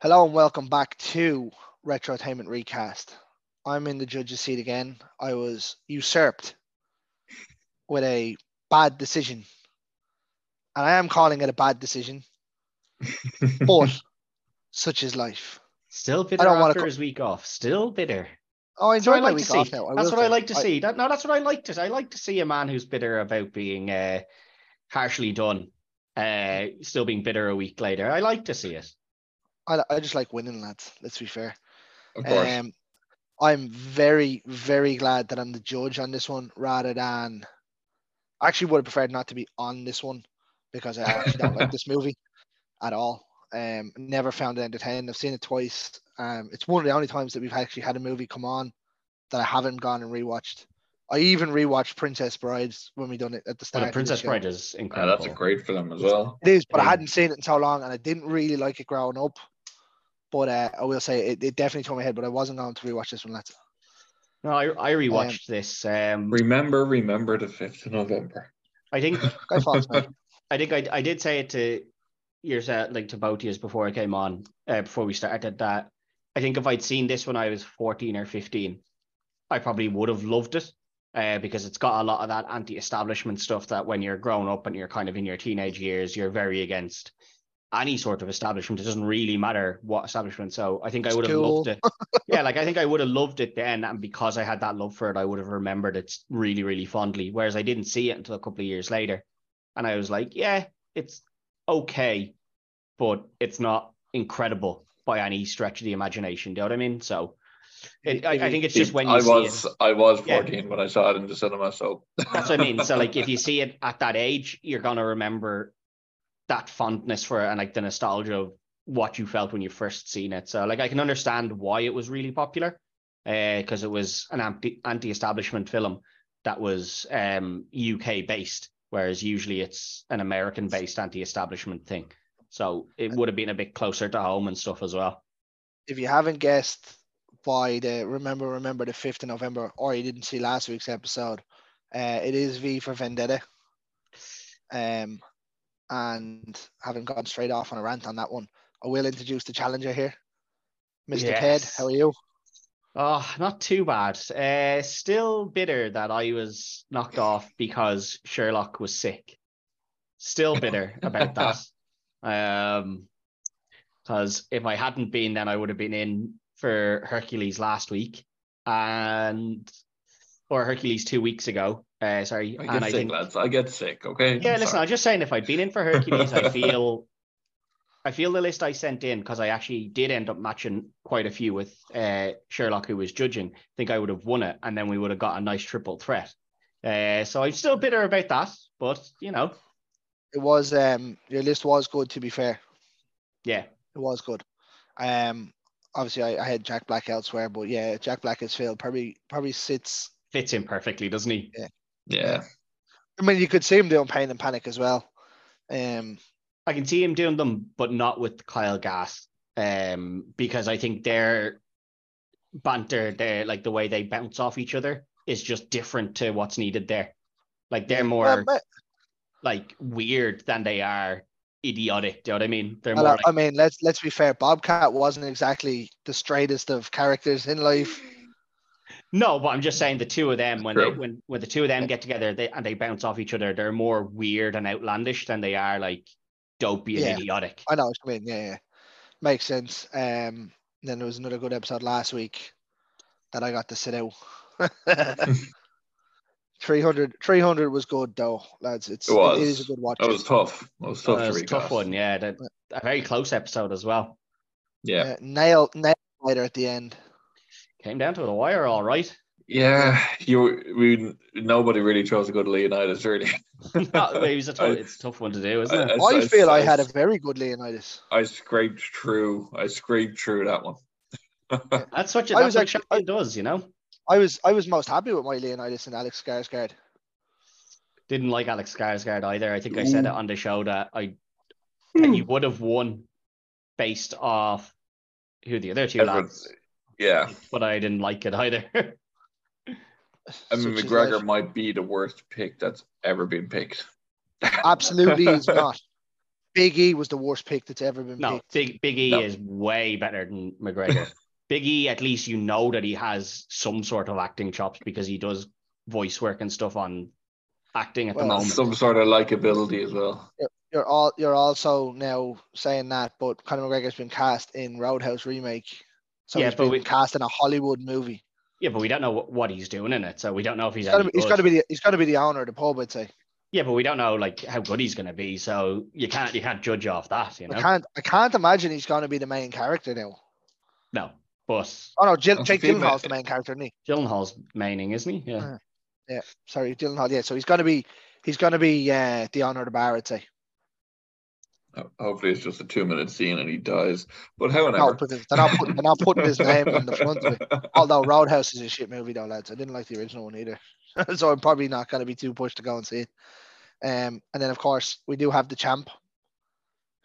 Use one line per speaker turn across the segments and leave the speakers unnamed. Hello and welcome back to Retrotainment Recast. I'm in the judge's seat again. I was usurped with a bad decision. And I am calling it a bad decision, but such is life.
Still bitter
I don't wanna
after
co-
his week off. Still bitter.
Oh, I
That's what I
enjoyed my
like to
week
see.
off now. I
that's
will
what I
say.
like to see. That, no, that's what I like to. I like to see a man who's bitter about being uh, harshly done, uh, still being bitter a week later. I like to see it.
I, I just like winning, lads. Let's be fair.
Of course.
Um, I'm very, very glad that I'm the judge on this one rather than. I actually would have preferred not to be on this one because I actually don't like this movie at all. Um, never found it entertaining. I've seen it twice. Um, it's one of the only times that we've actually had a movie come on that I haven't gone and rewatched. I even rewatched Princess Brides when we done it at the
But
start.
the Princess
Bride.
Bride is
Yeah,
incredible.
that's a great film as well.
It is, but I
Um,
hadn't seen it in so long, and I didn't really like it growing up. But uh, I will say it, it definitely tore my head. But I wasn't going to rewatch this one. Let's.
No, I, I rewatched this. Um,
Remember, remember the 5th of November.
I think
Guy Fawkes, man.
I think I, I did say it to yours, uh, like to both years before I came on, uh, before we started that. I think if I'd seen this when I was 14 or 15, I probably would have loved it uh, because it's got a lot of that anti establishment stuff that when you're grown up and you're kind of in your teenage years, you're very against any sort of establishment. It doesn't really matter what establishment. So I think I would have
School.
loved it. yeah, like I think I would have loved it then. And because I had that love for it, I would have remembered it really, really fondly. Whereas I didn't see it until a couple of years later. And I was like, yeah, it's okay, but it's not incredible by any stretch of the imagination. Do you know what I mean? So it, I, I think it's just when you
I
see
was
it.
I was
Yeah.
14 when I saw it in the cinema, so
That's what I mean. So like if you see it at that age, you're gonna remember that fondness for it and like the nostalgia of what you felt when you first seen it. So like I can understand why it was really popular. because it was an anti anti establishment film that was um UK based, whereas usually it's an American based anti establishment thing. So it would have been a bit closer to home and stuff as well.
if you haven't guessed by the remember remember the 5th of november or you didn't see last week's episode uh, it is v for vendetta um and having gone straight off on a rant on that one i will introduce the challenger here mr ted
Yes.
how are you
Oh, not too bad. Uh, still bitter that I was knocked off because Sherlock was sick. Still bitter about that. Um, because if I hadn't been, then I would have been in for Hercules last week, and or Hercules two weeks ago. Uh, sorry,
I
and
get
I
sick,
think
lads. I get sick, okay?
yeah,
I'm
listen, I
sorry.
was just saying if I'd been in for Hercules, I feel I feel the list I sent in because I actually did end up matching quite a few with uh, Sherlock, who was judging. I think I would have won it, and then we would have got a nice triple threat. Uh, so I'm still bitter about that, but you know,
it was um your list was good to be fair
yeah,
it was good um obviously i, I had jack black elsewhere but yeah jack black has failed probably probably sits
fits in perfectly, doesn't he?
yeah.
i mean you could see him doing pain and panic as well um
I can see him doing them, but not with Kyle Gass, um, because I think their banter, their like the way they bounce off each other, is just different to what's needed there. Like they're more.
well, ma-
like weird than they are idiotic. Do you know what I mean? They're
Well, uh,
more
I-
like,
I mean, let's let's be fair. Bobcat wasn't exactly the straightest of characters in life.
no, but I'm just saying the two of them when they,
True.
when when the two of them get together they and they bounce off each other, they're more weird and outlandish than they are like dopey and
Yeah.
idiotic.
I know what you mean. Yeah, yeah, makes sense. Um, then there was another good episode last week that I got to sit out. 300, 300 was good though, lads. It's
It was.
it is a good watch.
That was tough. That was tough
Uh,
to
it was a tough
recast.
one, yeah. that- a very close episode as well.
Yeah.
Uh, nail nail later at the end.
Came down to the wire, all right.
Yeah. You we nobody really chose a good Leonidas, really.
Not- it was a tou-
I-
it's a tough one to do, isn't it?
I, feel I, had
a.
a very good Leonidas.
I scraped through. I scraped through that one. uh,
that's what you,
I
that's
was
what
actually-
Champion does, you know.
I was I was most happy with my Leonidas and Alex Skarsgård.
Didn't like Alex Skarsgård either. I think I said
Ooh.
Mm.
it on the show that I
Hmm.
and you would have won based off who the other two
Edward-
lads,
Yeah,
but I didn't like it either.
I mean
Such is
McGregor
life.
might be the worst pick that's ever been picked.
absolutely is not. Big E was the worst pick that's ever been
No,
picked.
Big, Big E
No.
is way better than McGregor. Big E, at least you know that he has some sort of acting chops because he does voice work and stuff on acting at
Well,
the moment.
Some sort of likability as well.
You're all you're also now saying that, but Conor McGregor's been cast in Roadhouse remake, so
Yeah,
he's
but
been
we-
cast in a Hollywood movie.
Yeah, but we don't know what, what he's doing in it, so we don't know if he's.
He's got to
any
be, he's got
good.
to be the he's got to be the owner of the pub, I'd say.
Yeah, but we don't know like how good he's going to be, so you can't you can't judge off that, you
I
know.
can't I can't imagine he's going to be the main character now.
No, but
Oh no, Jill,
That's
Jake
female.
Gyllenhaal's the main character, isn't he?
Gyllenhaal's maining, isn't he? Yeah.
Uh, Sorry, Gyllenhaal. Yeah, so he's going to be he's going to be uh, the owner of the bar, I'd say.
Ho- Hopefully, it's just a two-minute scene and he dies. But how an
No, but they're not putting they're not putting his name on the front of it. Although Roadhouse is a shit movie though, lads. I didn't like the original one either. so I'm probably not gonna be too pushed to go and see it. Um and then of course we do have the champ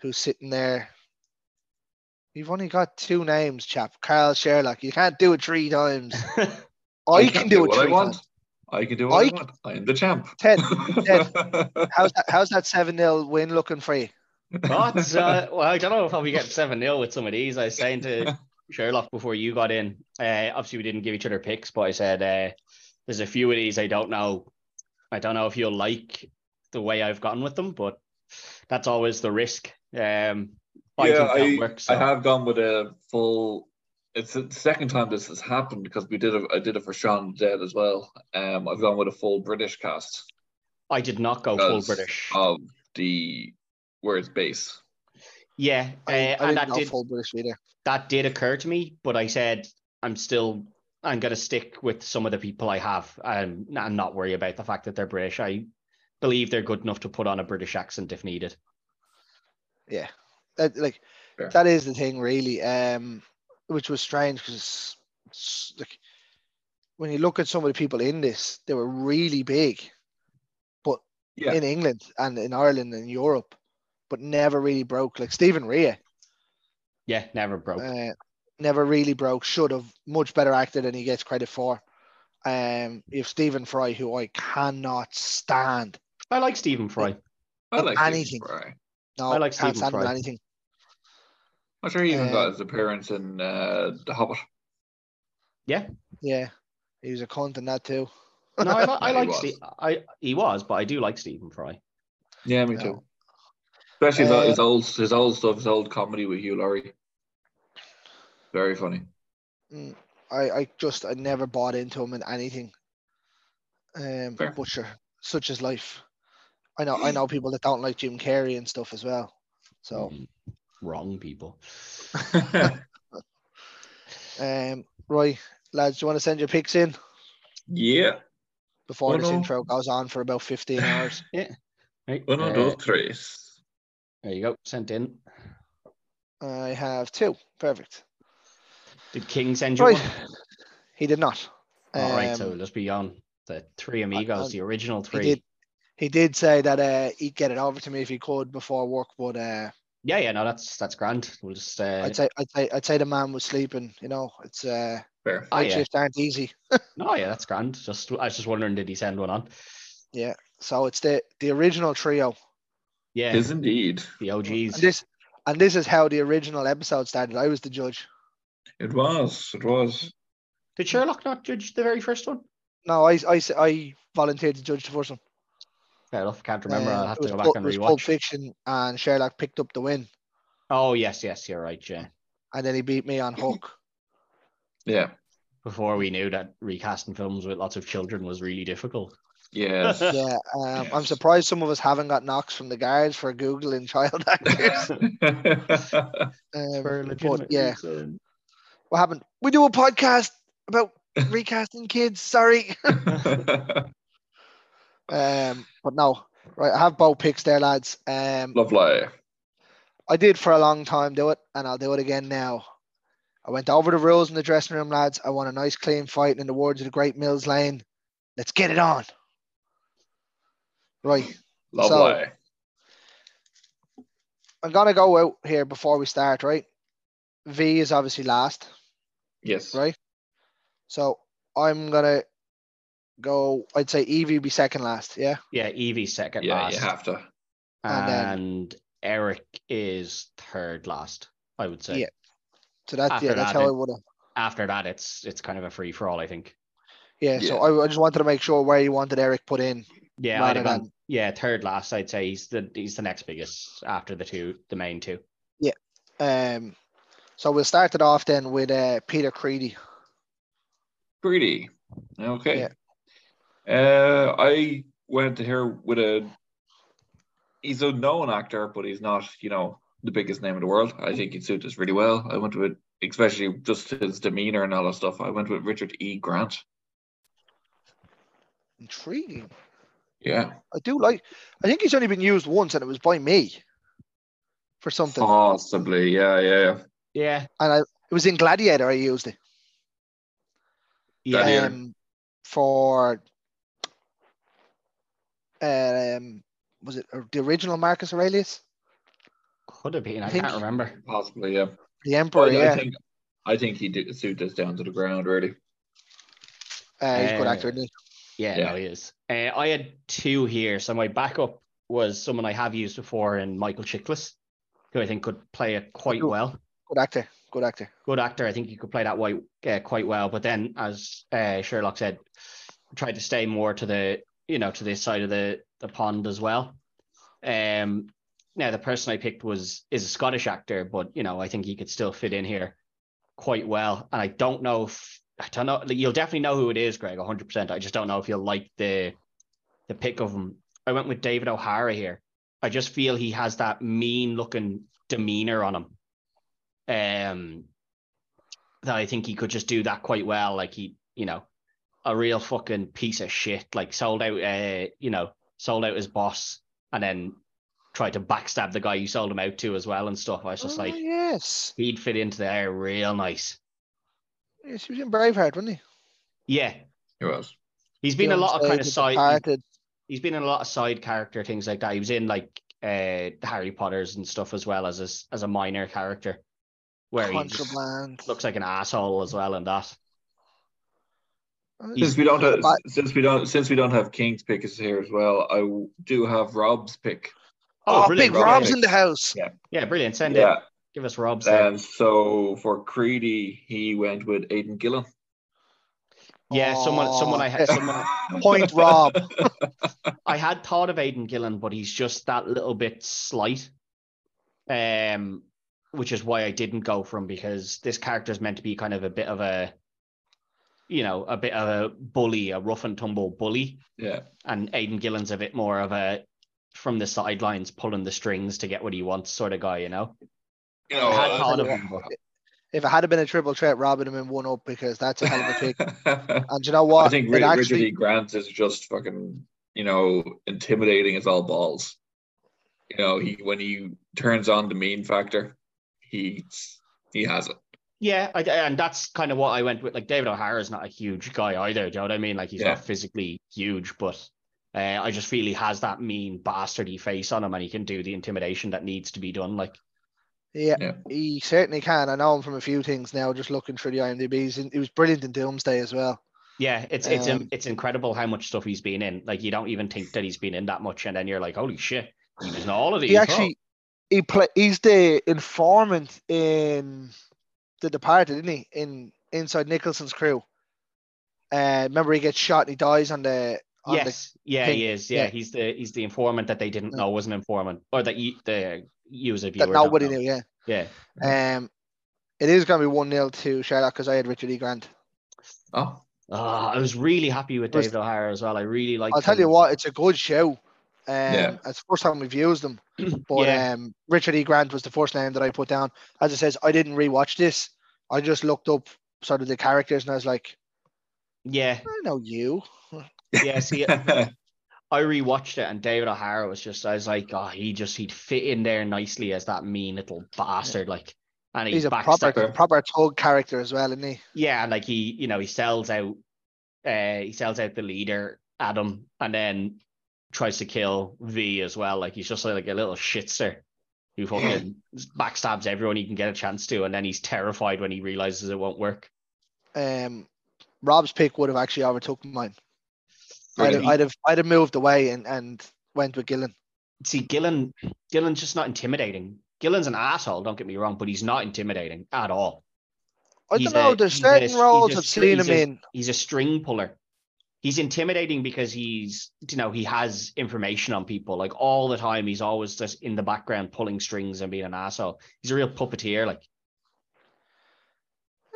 who's sitting there. You've only got two names, chap. Carl Sherlock. You can't do it three times. I can do it
what I
three
want.
times.
I can do what I,
I
want. I'm the champ.
Ted, how's that how's that seven 0 win looking for you?
But uh, well, I don't know if I'll be getting seven 0 with some of these. I was saying to Sherlock before you got in. Uh, obviously, we didn't give each other picks, but I said uh, there's a few of these I don't know. I don't know if you'll like the way I've gotten with them, but that's always the risk. Um, I
Yeah,
think that works.
I
so-
have gone with a full. It's the second time this has happened because we did. A, I did it for Sean Dead as well. Um, I've gone with a full British cast
I did not go full
because uh,
British.
of the where it's based.
yeah, uh,
I, I
and
didn't
that
know
did
full British either.
that did occur to me, but I said I'm still I'm gonna stick with some of the people I have um, and not worry about the fact that they're British. I believe they're good enough to put on a British accent if needed.
yeah that like
Fair.
that is the thing really um which was strange because like when you look at some of the people in this they were really big
Yeah,
in england and in ireland and europe but never really broke like stephen rea
Yeah, never broke.
uh, never really broke should have much better actor than he gets credit for um you have stephen fry who i cannot stand
I like Stephen Fry.
I like
anything.
anything. Fry.
no
I like
can't
Stephen
stand him in
Fry.
anything
I'm sure he even
Uh,
got his appearance in uh, The Hobbit.
yeah he was a cunt in that too
No, I, li- I
Yeah, he
like
was.
Steve. I he was, but I do like Stephen Fry.
Yeah, me
No.
too. Especially his,
Uh,
his old his old stuff, his old comedy with Hugh Laurie. Very funny.
I, I just I never bought into him in anything. Um,
Fair. Mm.
but sure, such is life. I know I know people that don't like Jim Carrey and stuff as well. So
Mm, wrong people. Mm-hmm.
um, Roy, lads, do you want to send your picks in
yeah,
before
Oh,
this
no.
intro goes on for about fifteen hours?
Right,
one of
uh,
those tres.
there you go. Sent in.
I have two. Perfect.
Did King send you
Right.
one?
He did not.
All right, so
Um,
let's be on the three amigos,
I-
the original
he
three.
did. He did say that uh, he'd get it over to me if he could before work, but uh,
Yeah, yeah, no, that's that's grand. We'll just uh,
I'd say I'd say I'd say the man was sleeping. You know, it's uh,
Fair.
Oh,
night
yeah.
shifts aren't easy.
No, Oh, yeah, that's grand. Just I was just wondering, did he send one on?
So it's the the original
Oh,
trio.
Yeah,
Is indeed.
the
And
OGs.
this and this is how the original episode started. I was the judge.
It was. It was.
Did Sherlock not judge the very first one?
No, I I, I volunteered to judge the first one.
Fair enough. Can't remember.
Um,
I'll have
it
to
was
go back
Pul-
and
it was Pulp
rewatch.
Fiction, and Sherlock picked up the win,
Oh yes, yes, you're right, yeah.
and then he beat me on Hook.
Yeah.
Before we knew that recasting films with lots of children was really difficult.
Yes.
yeah, um, I'm
Yes.
surprised some of us haven't got knocks from the guards for googling child actors. Um, but yeah, what happened? We do a podcast about recasting kids. Sorry. Um, but no, right. I have both picks there, lads. Um,
Lovely.
I did for a long time do it, and I'll do it again now. I went over the rules in the dressing room, lads. I want a nice, clean fight, and in the words of the great Mills Lane, let's get it on. Right,
Lovely.
I'm gonna go out here before we start. Right, V is obviously last,
yes.
right? So I'm gonna go. I'd E say Evie be second last. Yeah,
Yeah, Evie second
Yeah,
last,
you have to.
And then-
and Eric is third last, I would say.
Yeah. So that,
After
yeah, that's
that,
how I
it-
would have.
After that, it's it's kind of a free for all, I think.
Yeah, so I, I just wanted to make sure where you wanted Eric put in.
Yeah, I'd
rather
have
than
gone- yeah, third last, I'd say he's the he's the next biggest after the two, the main two.
Um, so we'll start it off then with uh, Peter Creedy.
Greedy. Okay. Uh, I went to here with a. He's a known actor, but he's not, you know, the biggest name in the world. I think he'd suit us really well. I went with, especially just his demeanor and all that stuff. I went with Richard E. Grant.
Intriguing.
Yeah.
I do like. I think he's only been used once, and it was by me for something.
Possibly. Yeah. Yeah.
Yeah,
And I, it was in Gladiator. I used it
yeah,
Gladiator.
um, for. Um, was it or- the original Marcus Aurelius,
could have been. I,
I think-
can't remember.
Possibly. Yeah.
the
Oh,
Emperor?
I,
yeah,
I think, I think he'd suit us down to the ground, really.
uh, he's a good
Uh,
actor. Isn't he?
Yeah,
Yeah.
no, he is. Uh, I had two here, so my backup was someone I have used before in Michael Chiklis, who I think could play it quite
Cool.
well.
Good actor. Good actor.
Good actor, I think he could play that white uh, quite well. But then, as uh, Sherlock said, tried to stay more to the you know to this side of the the pond as well. Um, now the person I picked was is a Scottish actor, but you know I think he could still fit in here quite well. And I don't know if I don't know. like, You'll definitely know who it is, Greg, one hundred percent. I just don't know if you'll like the the pick of him. I went with David O'Hara here. I just feel he has that mean looking demeanor on him. Um, that I think he could just do that quite well. Like he, you know, a real fucking piece of shit. Like sold out, uh, you know, sold out his boss, and then tried to backstab the guy you sold him out to as well and stuff. I was just
Oh,
like,
yes,
he'd fit into there real nice.
yes, he was in Braveheart, wasn't he?
Yeah,
He was.
he's been a
Beyond
lot of kind of
Stage,
side.
Departed.
He's been in a lot of side character things like that. He was in like uh the Harry Potter's and stuff as well as a, as a minor character, where he just
Contraband.
looks like an asshole as well and that.
Uh,
Since we don't have, since we don't, since we don't have King's pick is here as well, I w- do have Rob's pick.
Oh,
brilliant,
big
Rob.
Rob's in the house.
Yeah, brilliant. Send
yeah.
it. Give us Rob's. there.
Um, so for Creedy, he went with Aidan Gillan.
yeah, someone, someone I had,
Aw.
someone
Point Rob.
I had thought of Aidan Gillen, but he's just that little bit slight. Um, which is why I didn't go for him because this character is meant to be kind of a bit of a, you know, a bit of a bully, a rough and tumble bully,
yeah,
and Aidan Gillen's a bit more of a from the sidelines pulling the strings to get what he wants sort of guy, you know.
you
I
know,
had
uh,
thought of him, but
If it had been a triple threat, Rob would have been one up because that's a hell of a pick.
I
And do you know what?
think
it
Ri- Richard E.
actually,
Grant is just fucking, you know, intimidating as all balls. You know, he when he turns on the mean factor, he he has it.
Yeah, I, and that's kind of what I went with. Like David O'Hara is not a huge guy either. Do you know what I mean? Like he's
Yeah.
not physically huge, but uh, I just feel he has that mean bastardy face on him, and he can do the intimidation that needs to be done. Like
yeah,
Yeah.
he certainly can. I know him from a few things now, just looking through the IMDb. He's in, he was brilliant in Doomsday as well.
yeah, it's it's
Um,
it's incredible how much stuff he's been in. Like you don't even think that he's been in that much, and then you're like, holy shit, he was in all of these.
He
Oh,
actually, he play, he's the informant in The Departed, isn't he? In Inside Nicholson's crew. Uh, remember, he gets shot and he dies on the. On the
yes, yeah, he is. Yeah,
yeah.
he's the he's the informant that they didn't
Yeah.
know was an informant, or that you, the user viewer
that
don't
nobody
know.
knew, yeah.
Yeah,
Um, it is going to be 1 0 to Sherlock because I had Richard E. Grant.
Oh,
Ah, I was really happy with
Was-
David O'Hara as well. I really like.
I'll tell you what, it's a good show. Um,
Yeah.
It's the first time we've used them. But
yeah,
um, Richard E. Grant was the first name that I put down. As it says, I didn't rewatch this. I just looked up sort of the characters and I was like,
yeah,
I know you.
yeah. See, I rewatched it, and David O'Hara was just. I was like, oh, he just he'd fit in there nicely as that mean little bastard, like. And he's,
He's a proper
backstab-
Backstabber.
proper tug character as well, isn't he?
yeah, and like he, you know, he sells out. Uh, he sells out the leader Adam, and then tries to kill V as well. Like he's just like a little shitster who fucking backstabs everyone he can get a chance to, and then he's terrified when he realizes it won't work.
Um, Rob's pick would have actually overtook mine. I'd have,
Really?
I'd have, I'd have moved away and, and went with Gillen.
see Gillen. Gillen's just not intimidating. Gillen's an asshole. Don't get me wrong, but he's not intimidating at all.
I
He's
don't know.
a-
There's
he's a
certain
str-
roles
he's a
I've
str-
seen him
he's a-
in.
He's a string puller. He's intimidating because he's you know he has information on people like all the time. He's always just in the background pulling strings and being an asshole. He's a real puppeteer. Like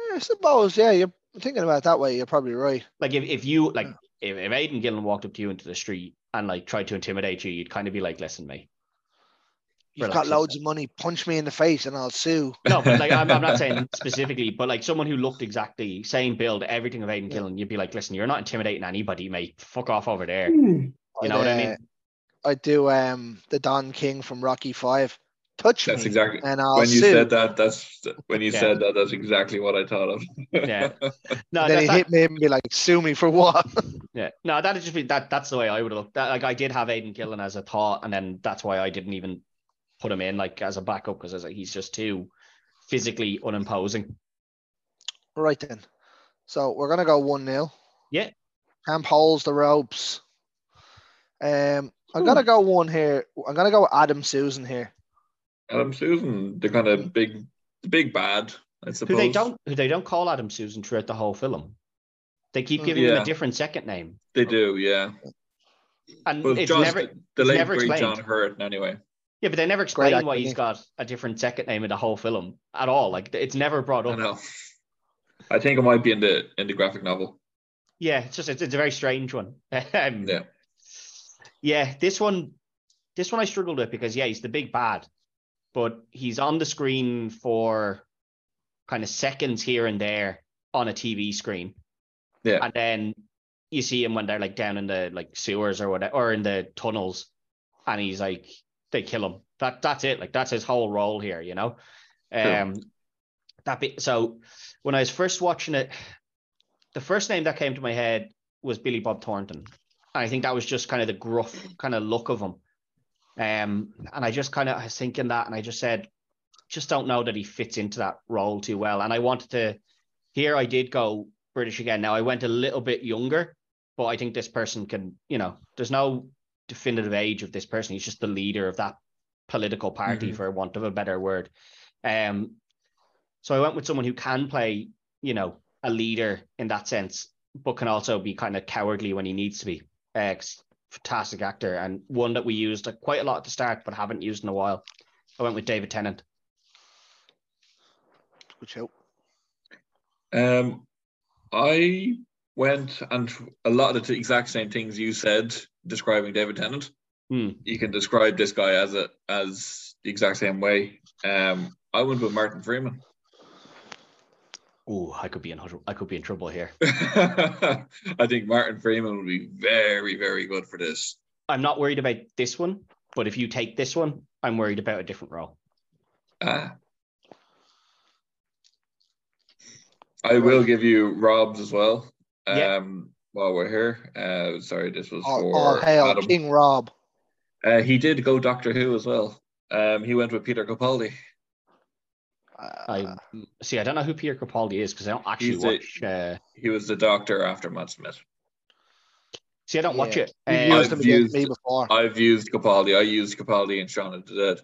Yeah, I suppose. Yeah, you're thinking about it that way. You're probably right.
like if, if you like if, if Aiden Gillen walked up to you into the street and like tried to intimidate you, you'd kind of be like, "Listen, mate."
You've
relax
got loads
yourself."
of money. Punch me in the face and I'll sue.
No, but like I'm, I'm not saying specifically, but like someone who looked exactly same build, everything of Aiden
Yeah.
Gillen, you'd be like, "Listen, you're not intimidating anybody, mate. Fuck off over there."
Hmm.
You know what I mean?
I do um the Don King from Rocky Five. Touch
That's
me,
exactly.
and I'll
when you
sue.
said that, that's when you
Yeah.
said that. That's exactly what I thought of.
Yeah. No,
And then
that,
he
that,
hit me and be like, "Sue me for what?"
yeah, no, that'd just be that. That's the way I would have looked. That, like I did have Aiden Gillen as a thought, and then that's why I didn't even put him in like as a backup because I was like, he's just too physically unimposing.
right then. So we're gonna go one 0
Yeah.
Camp holds the ropes. Um, I'm gonna go one here. I'm gonna go with Adam Susan here.
Adam Susan, they're kind of big, the big bad.
Who
I suppose.
they don't, who they don't call Adam Susan throughout the whole film. They
Oh,
keep giving him
Yeah.
a different second name,
They do, yeah.
and
But
it's
John,
never.
the
it's
late
never
great
explained.
John Hurt. Anyway,
Yeah, but they never explain
actor,
why
yeah.
he's got a different second name in the whole film at all. Like it's never brought
I
up.
know. I think it might be in the in the graphic novel.
Yeah, it's just it's, it's a very strange one. Um,
Yeah.
yeah, this one, this one I struggled with because yeah, he's the big bad, but he's on the screen for kind of seconds here and there on a TV screen.
Yeah.
and then you see him when they're like down in the like sewers or whatever, or in the tunnels, and he's like they kill him. That that's it. Like that's his whole role here. You know,
Sure.
um, that be so. When I was first watching it, the first name that came to my head was Billy Bob Thornton. And I think that was just kind of the gruff kind of look of him. Um, and I just kind of I was thinking that, and I just said, just don't know that he fits into that role too well. And I wanted to. Here I did go British again. Now I went a little bit younger, but I think this person can. You know, there's no definitive age of this person. He's just the leader of that political party,
Mhm.
for want of a better word. Um, so I went with someone who can play, you know, a leader in that sense, but can also be kind of cowardly when he needs to be. Uh, 'cause fantastic actor and one that we used uh, quite a lot at the start, but haven't used in a while. I went with David Tennant.
Good shout.
Um, I went and a lot of the exact same things you said describing David Tennant.
Hmm.
You can describe this guy as a as the exact same way. Um, I went with Martin Freeman.
Oh, I could be in hud- I could be in trouble here.
I think Martin Freeman would be very very good for this.
I'm not worried about this one, but if you take this one, I'm worried about a different role.
Ah. I will give you Rob's as well. Um,
Yeah.
While we're here, uh, sorry, this was
All,
for
all hail
Adam.
King Rob.
Uh, he did go Doctor Who as well. Um, he went with Peter Capaldi.
I
Uh,
see. I don't know who Pierre Capaldi is because I don't actually
He's a-
watch. Uh,
He was the doctor after Matt Smith.
see, I don't watch
Yeah.
it.
you've used
Um,
him against
used-
me before,
I've used Capaldi. I used Capaldi and Shaun of the Dead.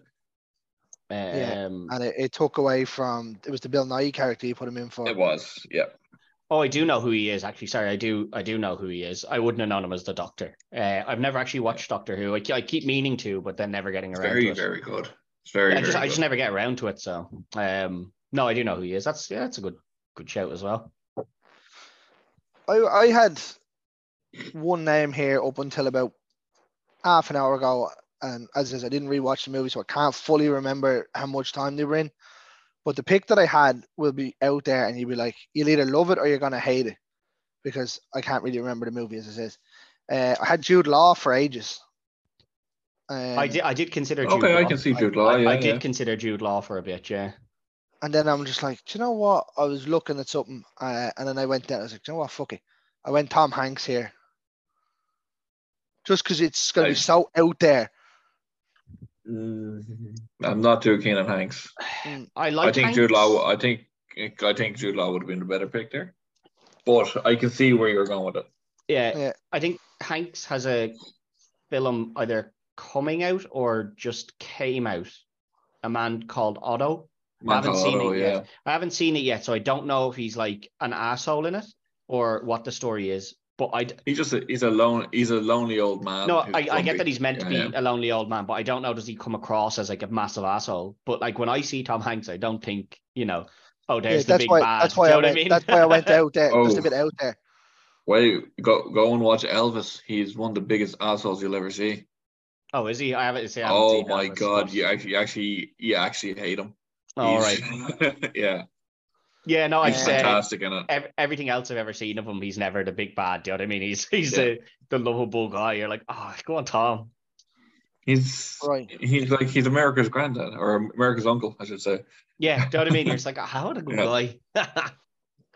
Yeah.
um,
and it, it took away from it was the Bill Nye character you put him in for.
It was, yeah.
Oh, I do know who he is. Actually, sorry, I do. I do know who he is. I wouldn't have known him as the Doctor. Uh, I've never actually watched Doctor Who. I, ke- I keep meaning to, but then never getting
It's
around to
very,
it.
very good. It's very,
I just,
very
I just
good.
never get around to it. So, um, no, I do know who he is. That's yeah, that's a good, good shout as well.
I I had one name here up until about half an hour ago, and as I said, I didn't rewatch the movie, so I can't fully remember how much time they were in. But the pick that I had will be out there, and you'll be like, you'll either love it or you're gonna hate it, because I can't really remember the movie as it is. Uh, I had Jude Law for ages. Um,
I did, I did consider. Jude
Okay, I
Law.
can see Jude
I,
Law. yeah,
I did
yeah.
consider Jude Law for a bit. Yeah,
And then I'm just like, do you know what? I was looking at something, uh, and then I went down. I was like, do you know what? Fuck it. I went Tom Hanks here, just because it's gonna be
Nice.
so out there.
Mm, I'm not too keen on Hanks.
I like.
I think Jude Law. I think I think Jude Law would have been the better pick there. But I can see where you're going with it.
Yeah,
Yeah.
I think Hanks has a film either coming out or just came out. A man called Otto. I haven't
Marco
seen
Otto,
it
yeah.
yet. I haven't seen it yet, so I don't know if he's like an asshole in it or what the story is. But I
He just he's a lone he's a lonely old man.
no,
who's
I, I get
grumpy.
that he's meant to be
Um, Yeah,
a lonely old man, but I don't know does he come across as like a massive asshole. But like when I see Tom Hanks, I don't think you know. Oh,
Yeah,
there's the
that's
big
why.
bad.
That's why
Do
I
you know
went.
what mean?
That's why I went out there. Just a
Oh.
bit out there.
Wait, go go and watch Elvis. He's one of the biggest assholes you'll ever see.
oh, is he? I haven't, see, I haven't
Oh
seen
my
Elvis,
god,
but-
you actually you actually you actually hate him.
All right.
He's- yeah,
Yeah, no, I
he's
Yeah.
said
fantastic in it.
ev- everything else I've ever seen of him, he's never the big bad. Do you know what I mean? He's he's
Yeah.
the the lovable guy. You're like, oh, go on, Tom.
He's
Right.
he's like he's America's granddad or America's uncle, I should say.
Yeah, do you know what I mean? You're just like, oh, how a good guy.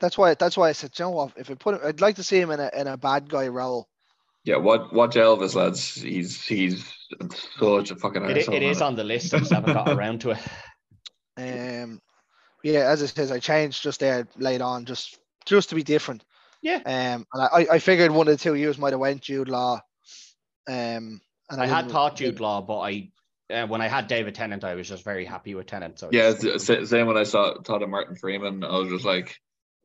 That's why. That's why I said, you know what? If I put, him, I'd like to see him in a in a bad guy role.
Yeah, watch watch Elvis, lads. He's he's such a fucking
it, i-
asshole.
it is on the list. I just haven't got around to it.
Um, yeah, as it says, I changed just there late on, just just to be different.
Yeah.
Um, and I, I figured one of the two years might have went Jude Law. Um, and I,
I had
didn't-
thought Jude Law, but I uh, when I had David Tennant, I was just very happy with Tennant. So I
Yeah,
just-
it's the sa- same when I saw Todd and Martin Freeman, I was just like,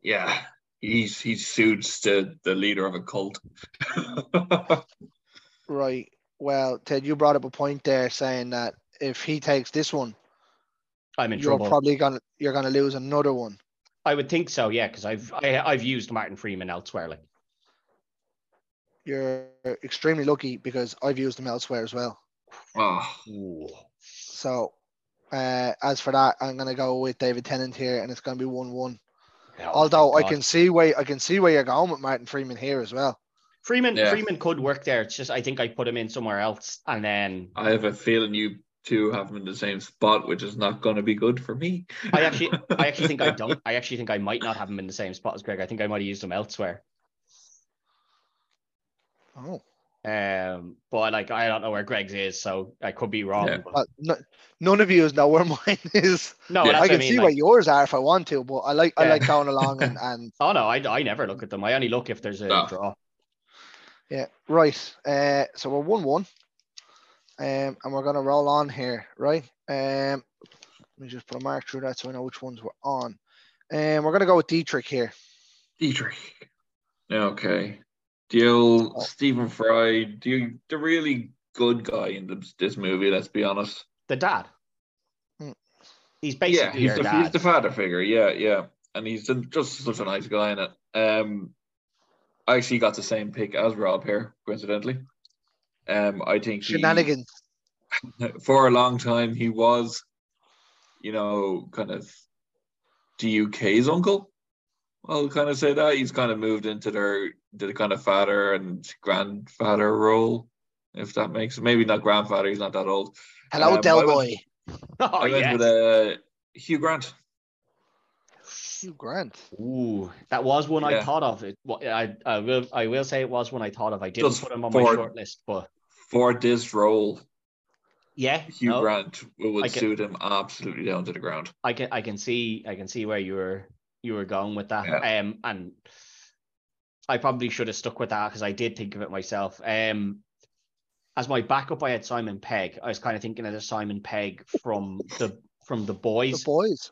yeah, he's he suits the the leader of a cult.
Right. Well, Ted, you brought up a point there saying that if he takes this one,
I'm in
you're
trouble.
probably gonna you're gonna lose another one.
I would think so. Yeah, because I've I, I've used Martin Freeman elsewhere. Like,
You're extremely lucky because I've used them elsewhere as well.
oh,
ooh.
So, uh, as for that, I'm gonna go with David Tennant here, and it's gonna be one-one.
Oh,
Although I
God.
can see where I can see where you're going with Martin Freeman here as well.
Freeman
Yeah.
Freeman could work there. It's just I think I put him in somewhere else, and then
I have a feeling you two have him in the same spot, which is not going to be good for me.
I actually I actually think I don't. I actually think I might not have him in the same spot as Greg. I think I might have used him elsewhere.
Oh,
Um, but like I don't know where Greg's is, so I could be wrong.
Yeah.
but-
well, no, none of you know where mine is.
No,
Yeah.
that's
I
what I
can
mean.
see
like-
where yours are if I want to, but I like I
Yeah.
like going along and, and
Oh no, I, I never look at them. I only look if there's a
No.
draw.
yeah. Right. Uh, so we're one-one, um, and we're gonna roll on here, right? Um, let me just put a mark through that so I know which ones we're on. And um, we're gonna go with Dietrich here.
Dietrich. Okay. The old
Oh.
Stephen Fry, the, the really good guy in this, this movie, let's be honest.
The dad.
Hmm.
He's basically
yeah, he's
your
the,
dad.
he's the father figure. Yeah, yeah. And he's the- just such a nice guy in it. Um, I actually got the same pick as Rob here, coincidentally. Um, I think he-
Shenanigans.
for a long time he was, you know, kind of the UK's uncle. I'll kind of say that he's kind of moved into their the kind of father and grandfather role, if that makes maybe not grandfather. He's not that old.
Hello,
Um,
Del
I was-
Boy.
oh
I went
yes.
with uh, Hugh Grant.
Hugh Grant.
Ooh, that was one I
Yeah.
thought of. It, wa- I I will I will say it was one I thought of. I didn't
Just
put him on my
for-
short list, but
For this role,
yeah,
Hugh
no,
Grant would
Oh, I get-
suit him absolutely down to the ground.
I can I can see I can see where you were you were going with that. Um, and I probably should have stuck with that because I did think of it myself. Um, as my backup, I had Simon Pegg. I was kind of thinking of the Simon Pegg from the from
The
the boys.
boys.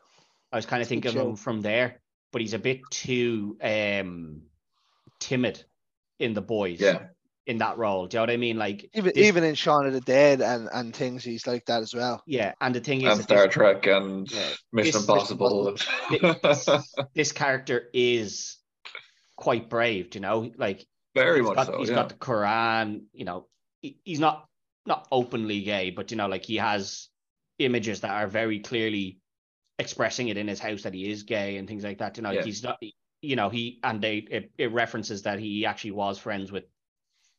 I was kind of
That's a good
thinking of
show.
him from there, but he's a bit too um timid in the boys
Yeah,
in that role. Do you know what I mean? Like
Even
this-
even in Shaun of the Dead and, and things he's like that as well.
yeah, and the thing is
and
that
Star
this-
Trek and
Yeah.
Mission
This-
Impossible.
this, this character is quite brave, do you know? Like
Very
he's
much
got,
so.
he's
yeah.
got the Quran, you know, he- he's not not openly gay, but you know, like he has images that are very clearly expressing it in his house that he is gay and things like that. You know, like,
Yeah.
he's not, you know, he and they it, it references that he actually was friends with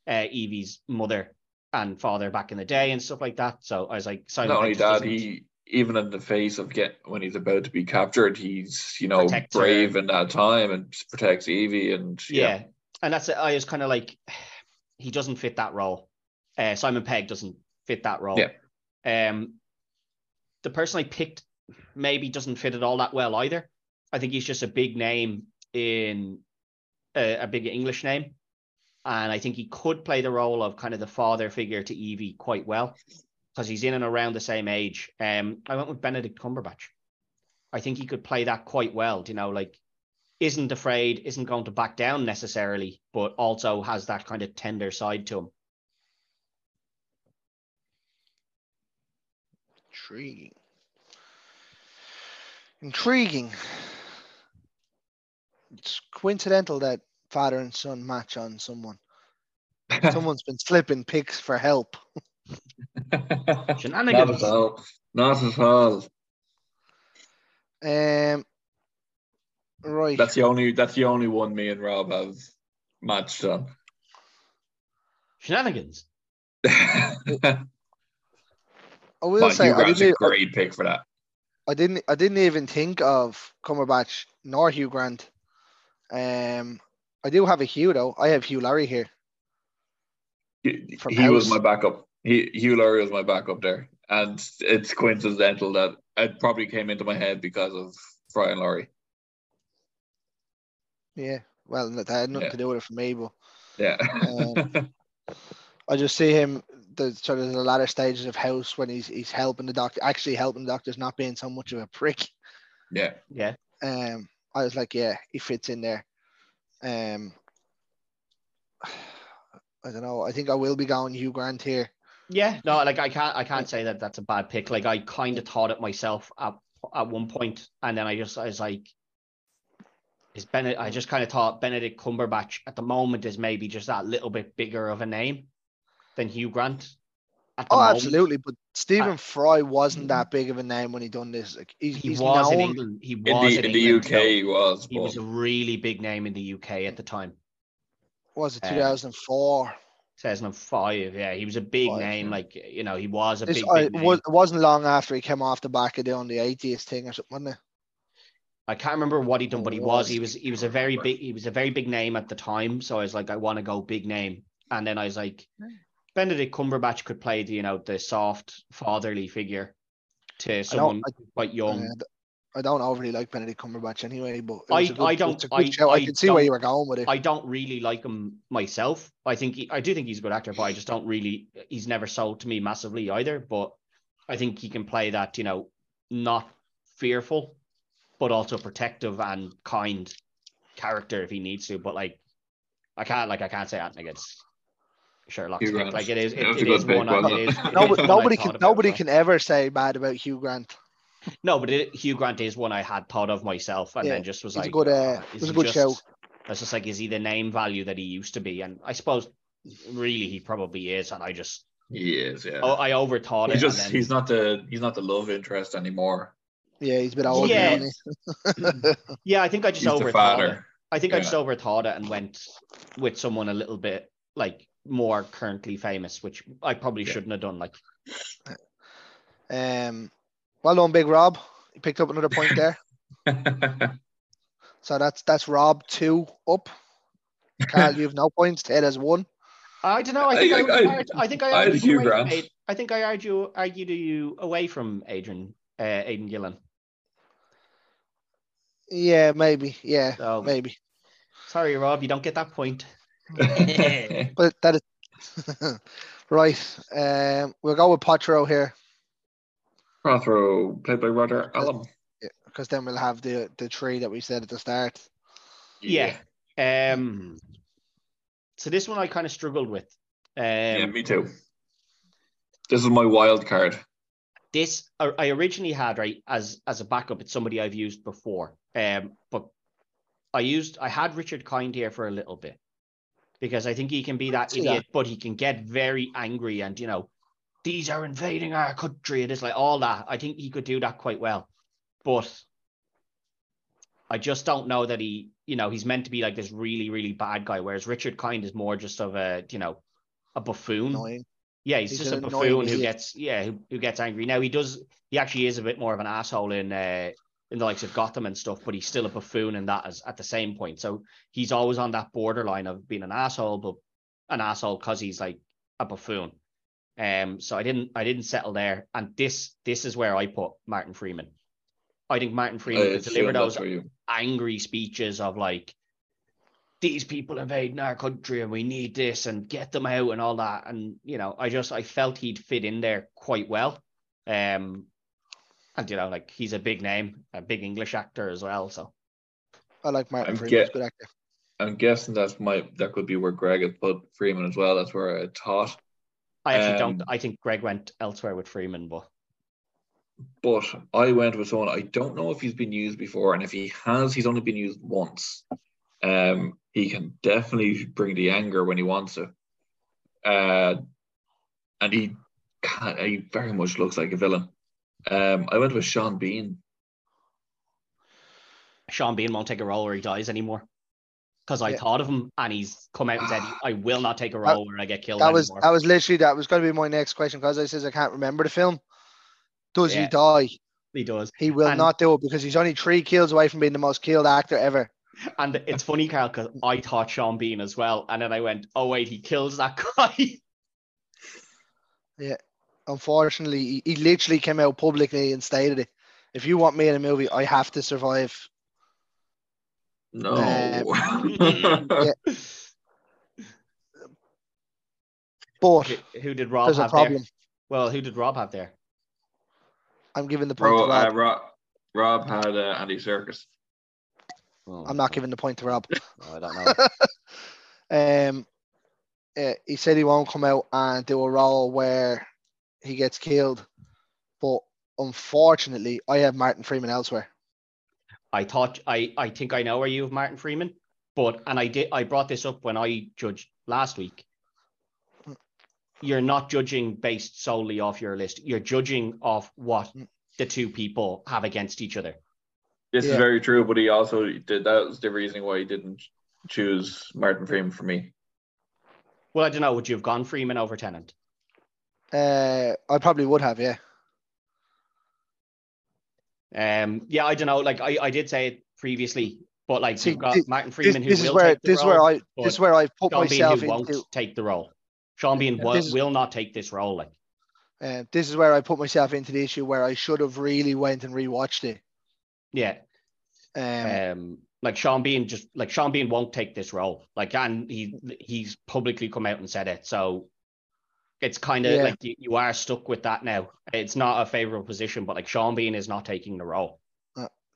uh, Evie's mother and father back in the day and stuff like that. So I was like, Simon
not
Pegg
only
just
that,
doesn't-
he even in the face of get when he's about to be captured, he's you know
Protects her.
brave in that time and protects Evie and
yeah.
yeah,
And that's it. I was kind of like, he doesn't fit that role. Uh, Simon Pegg doesn't fit that role.
Yeah.
Um, the person I picked maybe doesn't fit it all that well either. I think he's just a big name in a, a big uh, English name, And I think he could play the role of kind of the father figure to Evie quite well because he's in and around the same age. Um, I went with Benedict Cumberbatch. I think he could play that quite well, you know, like isn't afraid, isn't going to back down necessarily, but also has that kind of tender side to him.
Intriguing. Intriguing. It's coincidental that father and son match on someone. Someone's been slipping picks for help.
Not at
Shenanigans.
all. Not at all.
Um, right.
That's the only. That's the only one me and Rob have matched on.
Shenanigans.
but
I will say
you
I
got a
didn't, I,
great pick for that.
I didn't I didn't even think of Cumberbatch nor Hugh Grant. Um, I do have a Hugh though. I have Hugh Larry here.
He,
From
he was
House.
my backup. He Hugh Laurie was my backup there, and it's coincidental that it probably came into my head because of Fry and Laurie.
Yeah. Well, that had nothing
Yeah.
to do with it for me, but
Yeah.
Um, I just see him the sort of the latter stages of House when he's he's helping the doctor, actually helping the doctors, not being so much of a prick.
yeah.
Yeah.
Um, I was like, yeah, he fits in there. Um, I don't know. I think I will be going Hugh Grant here.
Yeah. No, like I can't I can't say that that's a bad pick. Like I kind of thought it myself at at one point, and then I just I was like is Bennett I just kind of thought Benedict Cumberbatch at the moment is maybe just that little bit bigger of a name than Hugh Grant. At the
Oh,
moment.
absolutely. But Stephen Fry wasn't that big of a name when he done this. Like he's,
Mm. He
he's
was in
known.
England. He
In
was
the, in the
England,
UK,
though.
he was.
He was a
but-
really big name in the UK at the time.
Was it
Uh,
2004?
2005. Yeah, he was a big
Five,
name.
yeah.
Like you know, he was a
This-
big,
I-
big
it,
name.
was, it wasn't long after he came off the back of doing the 80s thing or something, wasn't it?
I can't remember what he done, but he
It
was.
was.
He was. He was a very big. He was a very big name at the time. So I was like, I want to go big name. And then I was like, Benedict Cumberbatch could play the you know the soft fatherly figure to
I don't,
someone quite young.
Uh, I don't overly like Benedict Cumberbatch anyway, but it
I-
was a good-
I don't-
It's a
I-
good show. I,
I
can see where
don't-
you were going with it.
I don't really like him myself. I think he, I do think he's a good actor, but I just don't really. He's never sold to me massively either. But I think he can play that, you know, not fearful, but also protective and kind character if he needs to. But like, I can't like I can't say anything against Sherlock's
Hugh
pick.
Grant.
like it is it,
That was a
it
good
is
pick,
one. I,
wasn't
it
it?
is, it
Nobo-
is one I
nobody can
thought about,
nobody
but-
can ever say bad about Hugh Grant.
No, but it, Hugh Grant is one I had thought of myself, and
Yeah,
then just was
he's a
like,
good, uh,
"Ah, is
he's a
he
good
just,
show."
I was just like, is he the name value that he used to be? And I suppose really he probably is, and I just
he is. Yeah.
oh, I overthought
He's
it.
just.
and then,
He's not the. He's not the love interest anymore.
Yeah, he's a bit old.
Yeah.
now, isn't
yeah, I think I just
He's the
overthought it.
father.
I think I
Yeah.
just overthought it and went with someone a little bit like more currently famous, which I probably
Yeah.
shouldn't have done. Like,
he? Um, well done, Big Rob. You picked up another point there. So that's that's Rob two up. Carl, you have no points. Ted has one.
I don't know. I
I-
think I,
I-
was
I-
hard- I think I
I had
argued
Hugh
away from
Grant.
Aid- I think I argue argued you away from Adrian uh, Aiden Gillen.
Yeah, maybe. Yeah,
So
maybe.
sorry, Rob, you don't get that point.
But that is right. Um, we'll go with Potro here
Prothero, played by Roger Allam.
because then we'll have the the three that we said at the start.
Yeah.
Hmm.
Um, so this one I kind of struggled with. Um,
Yeah, me too. This is my wild card.
this I I originally had right as as a backup. It's somebody I've used before. Um, but I used I had Richard Kind here for a little bit because I think he can be that
see
idiot, but he can get very angry and you know these are invading our country and it's like all that. I think he could do that quite well, but I just don't know that he you know he's meant to be like this really really bad guy, whereas Richard Kind is more just of a you know a buffoon.
Annoying.
Yeah, he's,
He's
just a
an
buffoon
annoying
who
idiot.
gets yeah who, who gets angry. Now he does he actually is a bit more of an asshole in uh, in the likes of Gotham and stuff, but he's still a buffoon in that as at the same point. So he's always on that borderline of being an asshole, but an asshole because he's like a buffoon. Um, so I didn't I didn't settle there, and this this is where I put Martin Freeman. I think Martin Freeman
I
could deliver
assume that's
those
for you.
angry speeches of like these people invading our country and we need this and get them out and all that. And you know, I just I felt he'd fit in there quite well. Um and you know, like he's a big name, a big English actor as well. So
I like Martin
I'm
Freeman.
get-
He's a good actor.
I'm guessing that's my that could be where Greg had put Freeman as well. That's where I taught.
I actually
Um,
don't I think Greg went elsewhere with Freeman, but
But I went with someone I don't know if he's been used before, and if he has, he's only been used once. Um, he can definitely bring the anger when he wants it. Uh, and he can he very much looks like a villain. Um, I went with Sean Bean.
Sean Bean won't take a role where he dies anymore. Because I
Yeah.
thought of him and he's come out and said, I will not take a
That-
role where I get killed
That was
anymore.
that was literally that was going to be my next question because I says I can't remember the film. Does he
Yeah.
die?
he does.
He will
And-
not do it because he's only three kills away from being the most killed actor ever.
And it's funny, Carl, because I thought Sean Bean as well. And then I went, oh, wait, he kills that guy.
Unfortunately, he, he literally came out publicly and stated it. If you want me in a movie, I have to survive.
No. Uh,
Um,
But
Who- Who did Rob
there's a
have
problem.
there? Well, who did Rob have there?
I'm giving the point
Ro-
to Rob.
uh, Rob, Rob had uh, Andy Circus.
I'm not giving the point to Rob.
Oh, I don't know.
Um, uh, he said he won't come out and do a role where he gets killed, but unfortunately, I have Martin Freeman elsewhere.
I thought I I think I know where you have Martin Freeman, but and I did I brought this up when I judged last week. You're not judging based solely off your list. You're judging off what
Mm.
the two people have against each other.
This
Yeah.
is very true, but he also did. That was the reason why he didn't choose Martin Freeman for me.
Well, I don't know. Would you have gone Freeman over Tennant?
Uh, I probably would have, yeah.
Um, yeah, I don't know. Like I, I did say it previously, but like
See,
you've got
thi-
Martin
This,
Freeman who
this
will
is where
take the
this is
role.
where I this is
but
where I put
Sean Bean
myself
who won't
into.
take the role. Sean Bean
Yeah,
will,
this is-
will not take this role. Like
Uh, this is where I put myself into the issue where I should have really went and rewatched it.
yeah,
Um,
um, like Sean Bean just like Sean Bean won't take this role. Like, and he he's publicly come out and said it. So it's kind of
Yeah.
like you, you are stuck with that now. It's not a favorable position, but like Sean Bean is not taking the role.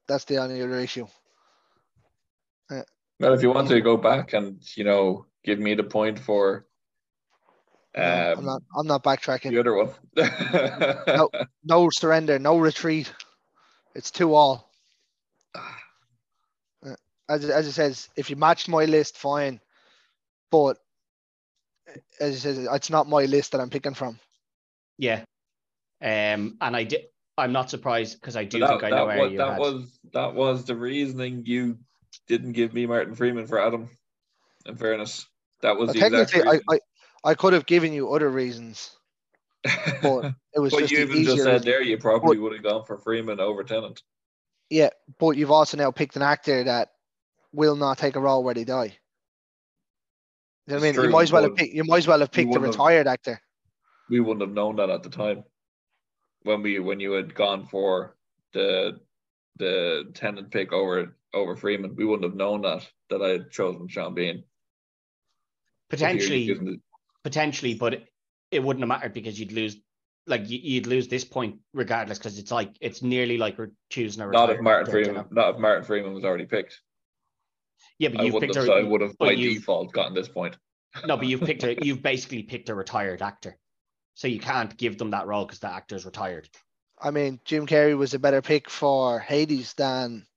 that's the only other issue.
Well, if you want to go back and you know give me the point for um,
No, I'm not. I'm not backtracking.
the other one,
No surrender. No retreat. It's two all. as it- as it says, if you matched my list, fine. But as it says, it's not my list that I'm picking from.
Yeah. Um, and I did. I'm not surprised because I do
that,
think I know
that
where
was,
you
that
had.
was that was the reasoning you didn't give me Martin Freeman for Adam. In fairness, that was
Well,
the exact
technically, I,
reason.
I I could have given you other reasons. but It was
what
just
you
the
even just
easier
said
reason.
there, you probably would have gone for Freeman over Tennant.
But you've also now picked an actor that will not take a role where they die. You know what I
It's
mean? you
true,
might as well have
but
picked. You might as well have picked a
wouldn't have-
retired actor.
we wouldn't have known that at the time when we when you had gone for the the tenant pick over over Freeman. We wouldn't have known that that I had chosen Sean Bean. But here you're
potentially,
choosing the-
potentially, but it, it wouldn't have mattered because you'd lose. Like you- you'd lose this point regardless because it's like it's nearly like we're choosing a
not if
retired
Martin
actor, you
Freeman,
know?
not if Martin Freeman was already picked.
Yeah, but
I
you've
wouldn't
picked
have.
a,
I would have
but
by
you've-
default gotten this point.
No, but you've picked a you've basically picked a retired actor. So you can't give them that role because the actor's retired.
I mean, Jim Carrey was a better pick for Hades than
Um,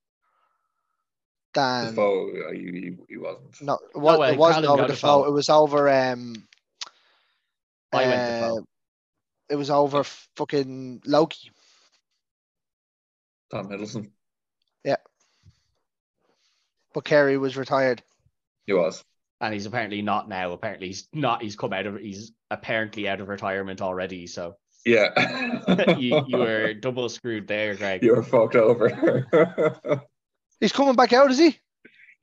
than
Defoe, uh, he, he, he wasn't.
No, it, was,
well,
it wasn't
Colin
over
got
the
it foul.
phone. It was over. Um,
I went to foul.
uh, It was over fucking Loki.
Tom Hiddleston,
But Kerry was retired.
he was.
And he's apparently not now. Apparently he's not he's come out of he's apparently out of retirement already. So
Yeah,
you, you were double screwed there, Greg.
you were fucked over.
He's coming back out, is he?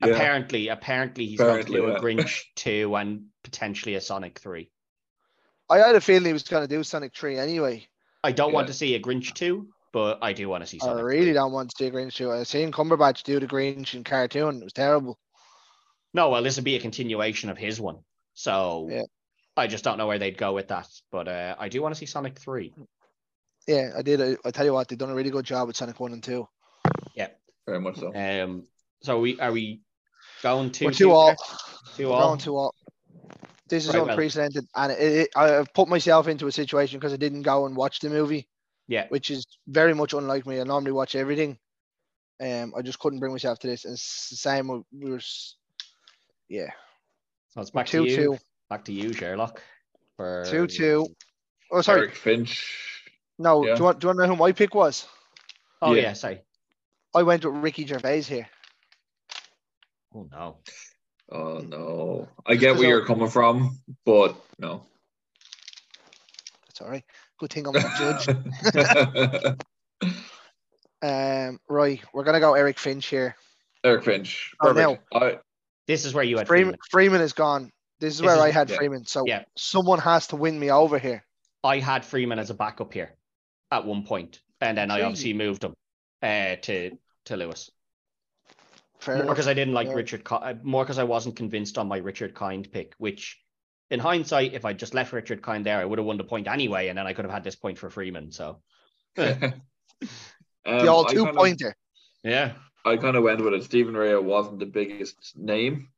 yeah,
Apparently, apparently he's going to do
Apparently,
a Grinch 2 and potentially a Sonic 3.
I had a feeling he was going to do Sonic 3 anyway.
I don't want
Yeah.
to see a Grinch 2, but I do want to see
I
Sonic.
really
3.
don't want to see a Grinch shoot. I seen Cumberbatch do the Grinch in cartoon. It was terrible.
No, well, this would be a continuation of his one. So
Yeah.
I just don't know where they'd go with that. But uh, I do want to see Sonic 3.
Yeah, I did. I, I tell you what, they've done a really good job with Sonic One and Two.
Very much so.
Um, so we are we going to
We're two all.
Two
We're
all.
going two all. This is
Right, well.
unprecedented, and it, it, I've put myself into a situation because I didn't go and watch the movie,
Yeah.
which is very much unlike me. I normally watch everything. Um, I just couldn't bring myself to this. And it's the same. with- We were, s- yeah,
So it's back
two
to you.
two,
Back to you, Sherlock. For...
two two. Oh, sorry.
Eric Finch.
No,
yeah.
do you want? Do you want to know who my pick was?
Oh
Yeah.
yeah. sorry.
I went with Ricky Gervais here.
Oh no.
Oh
Hmm.
no, I get where
So-
you're coming from, but no.
That's all right. Good thing I'm not judged. Um, right, we're gonna go Eric Finch here.
Eric Finch.
Oh,
Perfect. I,
This is where you had
Freeman,
Freeman.
Freeman is gone. This is
This
where
is-
I had
yeah.
Freeman. So
Yeah.
someone has to win me over here.
I had Freeman as a backup here at one point, and then I
Gee.
obviously moved him uh, to to Lewis
Fair
more
enough.
because I didn't like
Yeah.
Richard. Co- uh, more because I wasn't convinced on my Richard Kind pick, which. In hindsight, if I just left Richard Kind there, I would have won the point anyway, and then I could have had this point for Freeman. So,
The
Um,
all
I
two
kind of-
pointer.
yeah,
I kind of went with it. Stephen Ray wasn't the biggest name,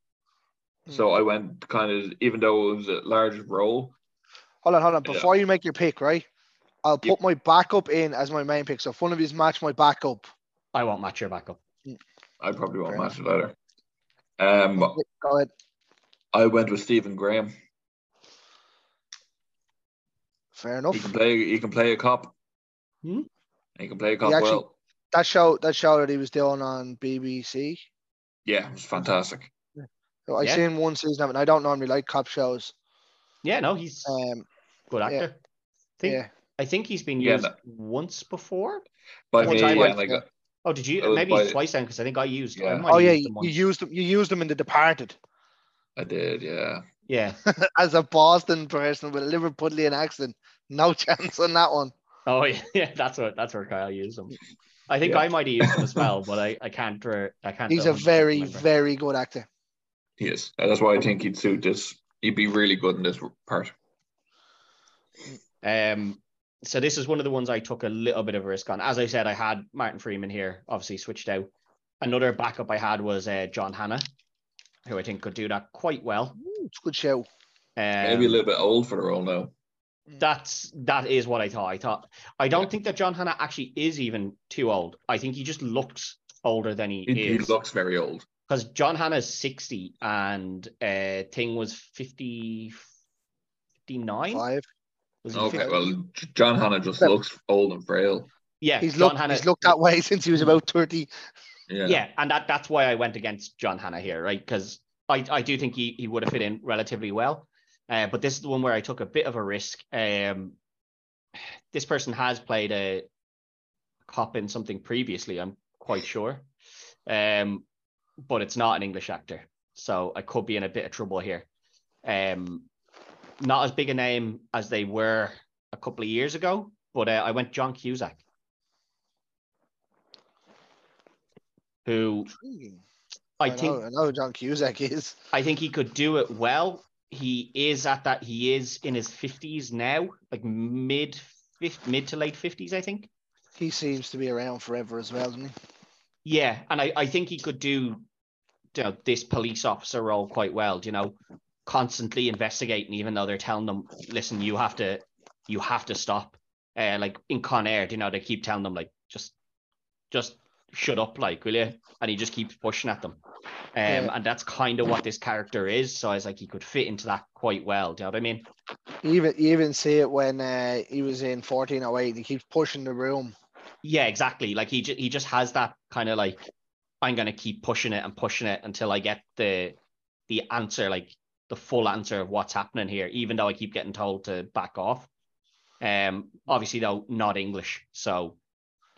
Hmm.
so I went kind of even though it was a large role.
Hold on, hold on.
Yeah.
Before you make your pick, right? I'll
Yeah.
put my backup in as my main pick. So if one of these match my backup,
I won't match your backup.
I probably won't
Fair
match it either. Um,
go ahead.
I went with Stephen Graham.
Fair
He
enough.
can play. He can play a cop.
Hmm?
He can play a cop
actually-
well.
That show, that show that he was doing on BBC.
Yeah, it was fantastic.
So I
Yeah.
seen one season of it. And I don't normally like cop shows.
Yeah, no, he's a
Um,
good actor.
yeah.
think
yeah,
I think he's been
Yeah,
used
no.
once before.
By
One
me,
time,
and
like,
like,
yeah.
Oh, did you?
That was
Maybe
by-
it's twice then, because I think I used. I
Yeah.
might
Oh
have
yeah,
used
you
them
you
once.
used them. You used them in The Departed
I did. Yeah.
Yeah.
as a Boston person with a Liverpudlian accent. No chance on that one.
Oh yeah, yeah. That's what. That's where Kyle used them. I think
Yeah.
I might have used them as well, but I, I can't. re- I can't.
He's a
100%
very,
remember.
very good actor.
He is. And Uh, That's why I think he'd suit this. He'd be really good in this part.
Um, so this is one of the ones I took a little bit of a risk on. As I said, I had Martin Freeman here, obviously switched out. Another backup I had was uh, John Hanna, who I think could do that quite well.
Ooh, It's a good show.
Um,
Maybe a little bit old for the role now.
that's that is what I thought. I thought I don't think that John Hannah actually is even too old. I think he just looks older than he
He, he
is
looks very old.
because John Hannah's sixty and uh Thing was 50, 59?
Five.
Was he
Okay,
50?
well, J- John Hannah just
Yeah.
looks old and frail.
yeah,
He's
John Hmm.
looked.
Hannah.
He's looked that way since he was about thirty.
Yeah.
yeah. and that that's why I went against John Hannah here, right? Because I I do think he he would have fit in relatively well, uh, but this is the one where I took a bit of a risk. Um, this person has played a cop in something previously, I'm quite sure. Um, but it's not an English actor, so I could be in a bit of trouble here. Um, not as big a name as they were a couple of years ago, but uh, I went John Cusack, who I,
know,
think
Hmm. I know who John Cusack is.
I think he could do it well. He is at that. He is in his fifties now, like mid fif- mid to late fifties, I think.
He seems to be around forever as well, doesn't he?
Yeah, and I, I think he could do, you know, this police officer role quite well. You know, constantly investigating, even though they're telling them, "Listen, you have to, you have to stop." Uh, like in Con Air, you know, they keep telling them, like, just, just shut up, like, will you? And he just keeps pushing at them. Um,
Yeah.
and that's kind of what this character is. So I was like, he could fit into that quite well. Do you know what I mean?
You even you even see it when uh, he was in fourteen oh eight. He keeps pushing the room.
Yeah, exactly. Like he ju- he just has that kind of like I'm gonna keep pushing it and pushing it until I get the the answer, like the full answer of what's happening here, even though I keep getting told to back off. Um, obviously though, not English, so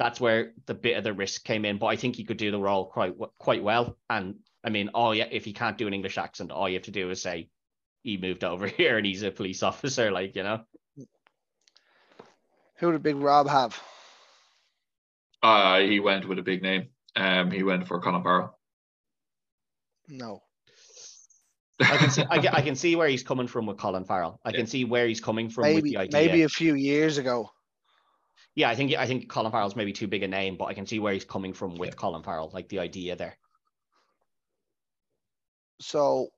that's where the bit of the risk came in. But I think he could do the role quite w- quite well. And I mean, all yeah, if he can't do an English accent, all you have to do is say he moved over here and he's a police officer, like you know.
Who did Big Rob have?
Uh, he went with a big name. Um, he went for Colin Farrell.
No.
I can see I can, I can see where he's coming from with Colin Farrell. I can see where he's coming from with
maybe
the idea.
maybe a few years ago.
Yeah, I think I think Colin Farrell's maybe too big a name, but I can see where he's coming from with
Yeah.
Colin Farrell, like the idea there.
So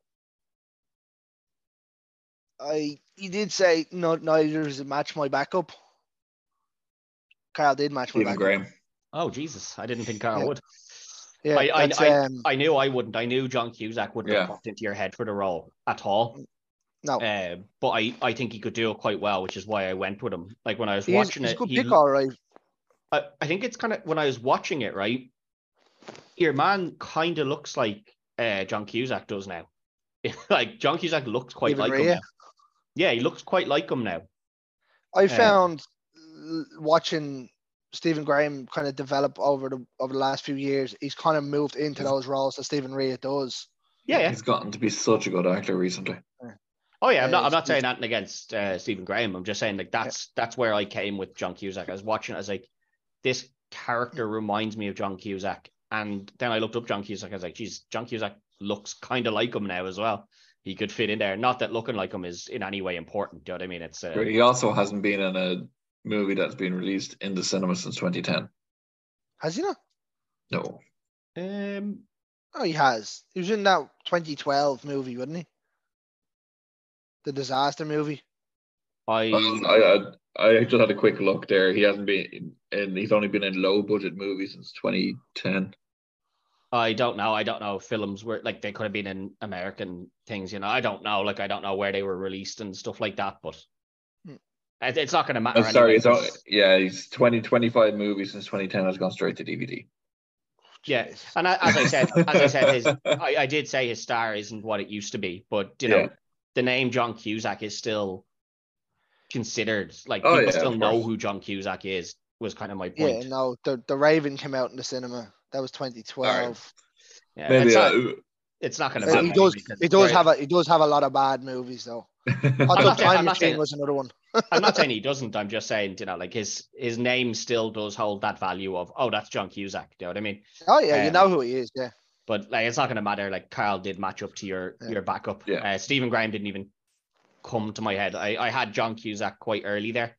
I he did say no neither does it match my backup. Kyle did match my
Stephen
backup.
Graham.
Oh Jesus, I didn't think Carl
Yeah.
would.
Yeah,
I- I-
that's, um,
I knew I wouldn't. I knew John Cusack wouldn't
Yeah.
have popped into your head for the role at all.
no.
Uh, but I, I think he could do it quite well, which is why I went with him. Like when I was
He's,
watching
he's a
it,
good
he-
pick, all right.
I, I think it's kind of when I was watching it, right? Your man kind of looks like uh, John Cusack does now. like John Cusack looks quite
Even
like him.
Rhea?
Now. Yeah, he looks quite like him now.
I
Yeah.
found l- watching Stephen Graham kind of develop over the over the last few years, he's kind of moved into
He's-
those roles that Stephen Rea does.
Yeah, yeah.
He's gotten to be such a good actor recently.
Oh yeah,
Yeah,
I'm not. I'm
he's-
not saying that against uh, Stephen Graham. I'm just saying like that's that's where I came with John Cusack. I was watching. it, I was like, this character reminds me of John Cusack. And then I looked up John Cusack. I was like, geez, John Cusack looks kind of like him now as well. He could fit in there. Not that looking like him is in any way important. Do you know what I mean? It's uh,
He also hasn't been in a movie that's been released in the cinema since 2010.
Has he not?
No.
um
Oh, he has. He was in that 2012 movie, wasn't he? The disaster movie.
Oh.
I
Um, I, I I just had a quick look there. He hasn't been and he's only been in low budget movies since 2010.
I don't know. I don't know. if Films were like they could have been in American things, you know. I don't know. Like I don't know where they were released and stuff like that. But
Hmm.
it- it's not going to matter.
Oh, sorry,
anyway,
it's all,
'cause-
yeah, he's 20 25 movies since 2010 has gone straight to DVD.
Yeah,
Jeez.
and I, as I said, as I said, his I, I did say his star isn't what it used to be, but you know
Yeah.
the name John Cusack is still considered. Like
Oh,
people
yeah,
still
of
know
course.
who John Cusack is. Was kind of my
Yeah,
point.
no, the the Raven came out in the cinema. That was 2012.
Yeah,
Maybe
it's, not,
uh,
it's not going to
Uh,
matter.
he does.
anyway, 'cause
He does
there-
have a. He does have a lot of bad movies though.
uh,
Hot
I'm
Tub
not saying- I'm
Time
not
Machine
saying-
was another one.
I'm not saying he doesn't. I'm just saying you know like his his name still does hold that value of oh that's John Cusack. You know what I mean?
Oh yeah, you
Um,
know who he is. Yeah,
But like it's not going to matter. Like Carl did match up to your
Yeah.
your backup.
Yeah.
Uh, Stephen Graham didn't even come to my head. I, I had John Cusack quite early there.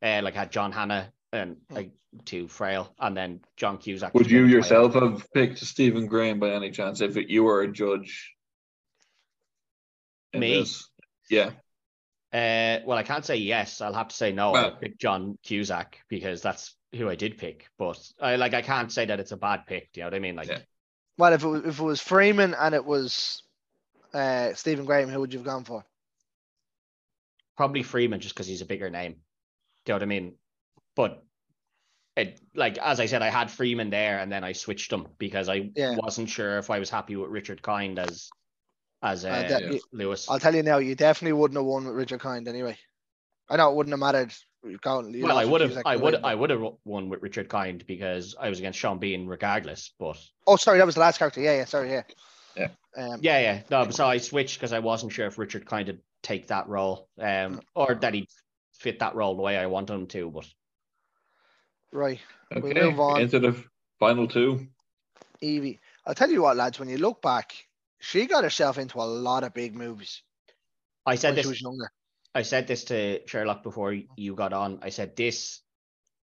Uh, like I had John Hannah and
Hmm.
like too frail, and then John Cusack.
Would
just came
you
to my
yourself
head.
have picked Stephen Graham by any chance if you were a judge? in
Me?
this? Yeah.
Uh, well, I can't say yes. I'll have to say no. I
Well-
picked John Cusack because that's who I did pick. But I like I can't say that it's a bad pick. Do you know what I mean? Like
Yeah.
Well, if it was, if it was Freeman and it was uh, Stephen Graham, who would you have gone for?
probably Freeman just because he's a bigger name. Do you know what I mean? But it, like as I said, I had Freeman there and then I switched him because I
Yeah.
wasn't sure if I was happy with Richard Kind as as uh,
Uh, that-
yeah.
you-
Lewis.
I'll tell you now, you definitely wouldn't have won with Richard Kind anyway. I know it wouldn't have mattered. You can't- you
well, I
lost
would have,
Cusack
I
anyway,
would,
but-
I would have won with Richard Kind because I was against Sean Bean regardless. But
Oh, sorry, that was the last character. Yeah, yeah, sorry, yeah.
Yeah.
Um,
yeah, yeah, no. but So I switched because I wasn't sure if Richard Kind would take that role, um, or that he'd fit that role the way I wanted him to. But
Right, We'll
Okay.
move on.
Into the final two.
Evie. I'll tell you what, lads. When you look back, she got herself into a lot of big movies
I said
when
this
she was younger.
I said this to Sherlock before you got on. I said this,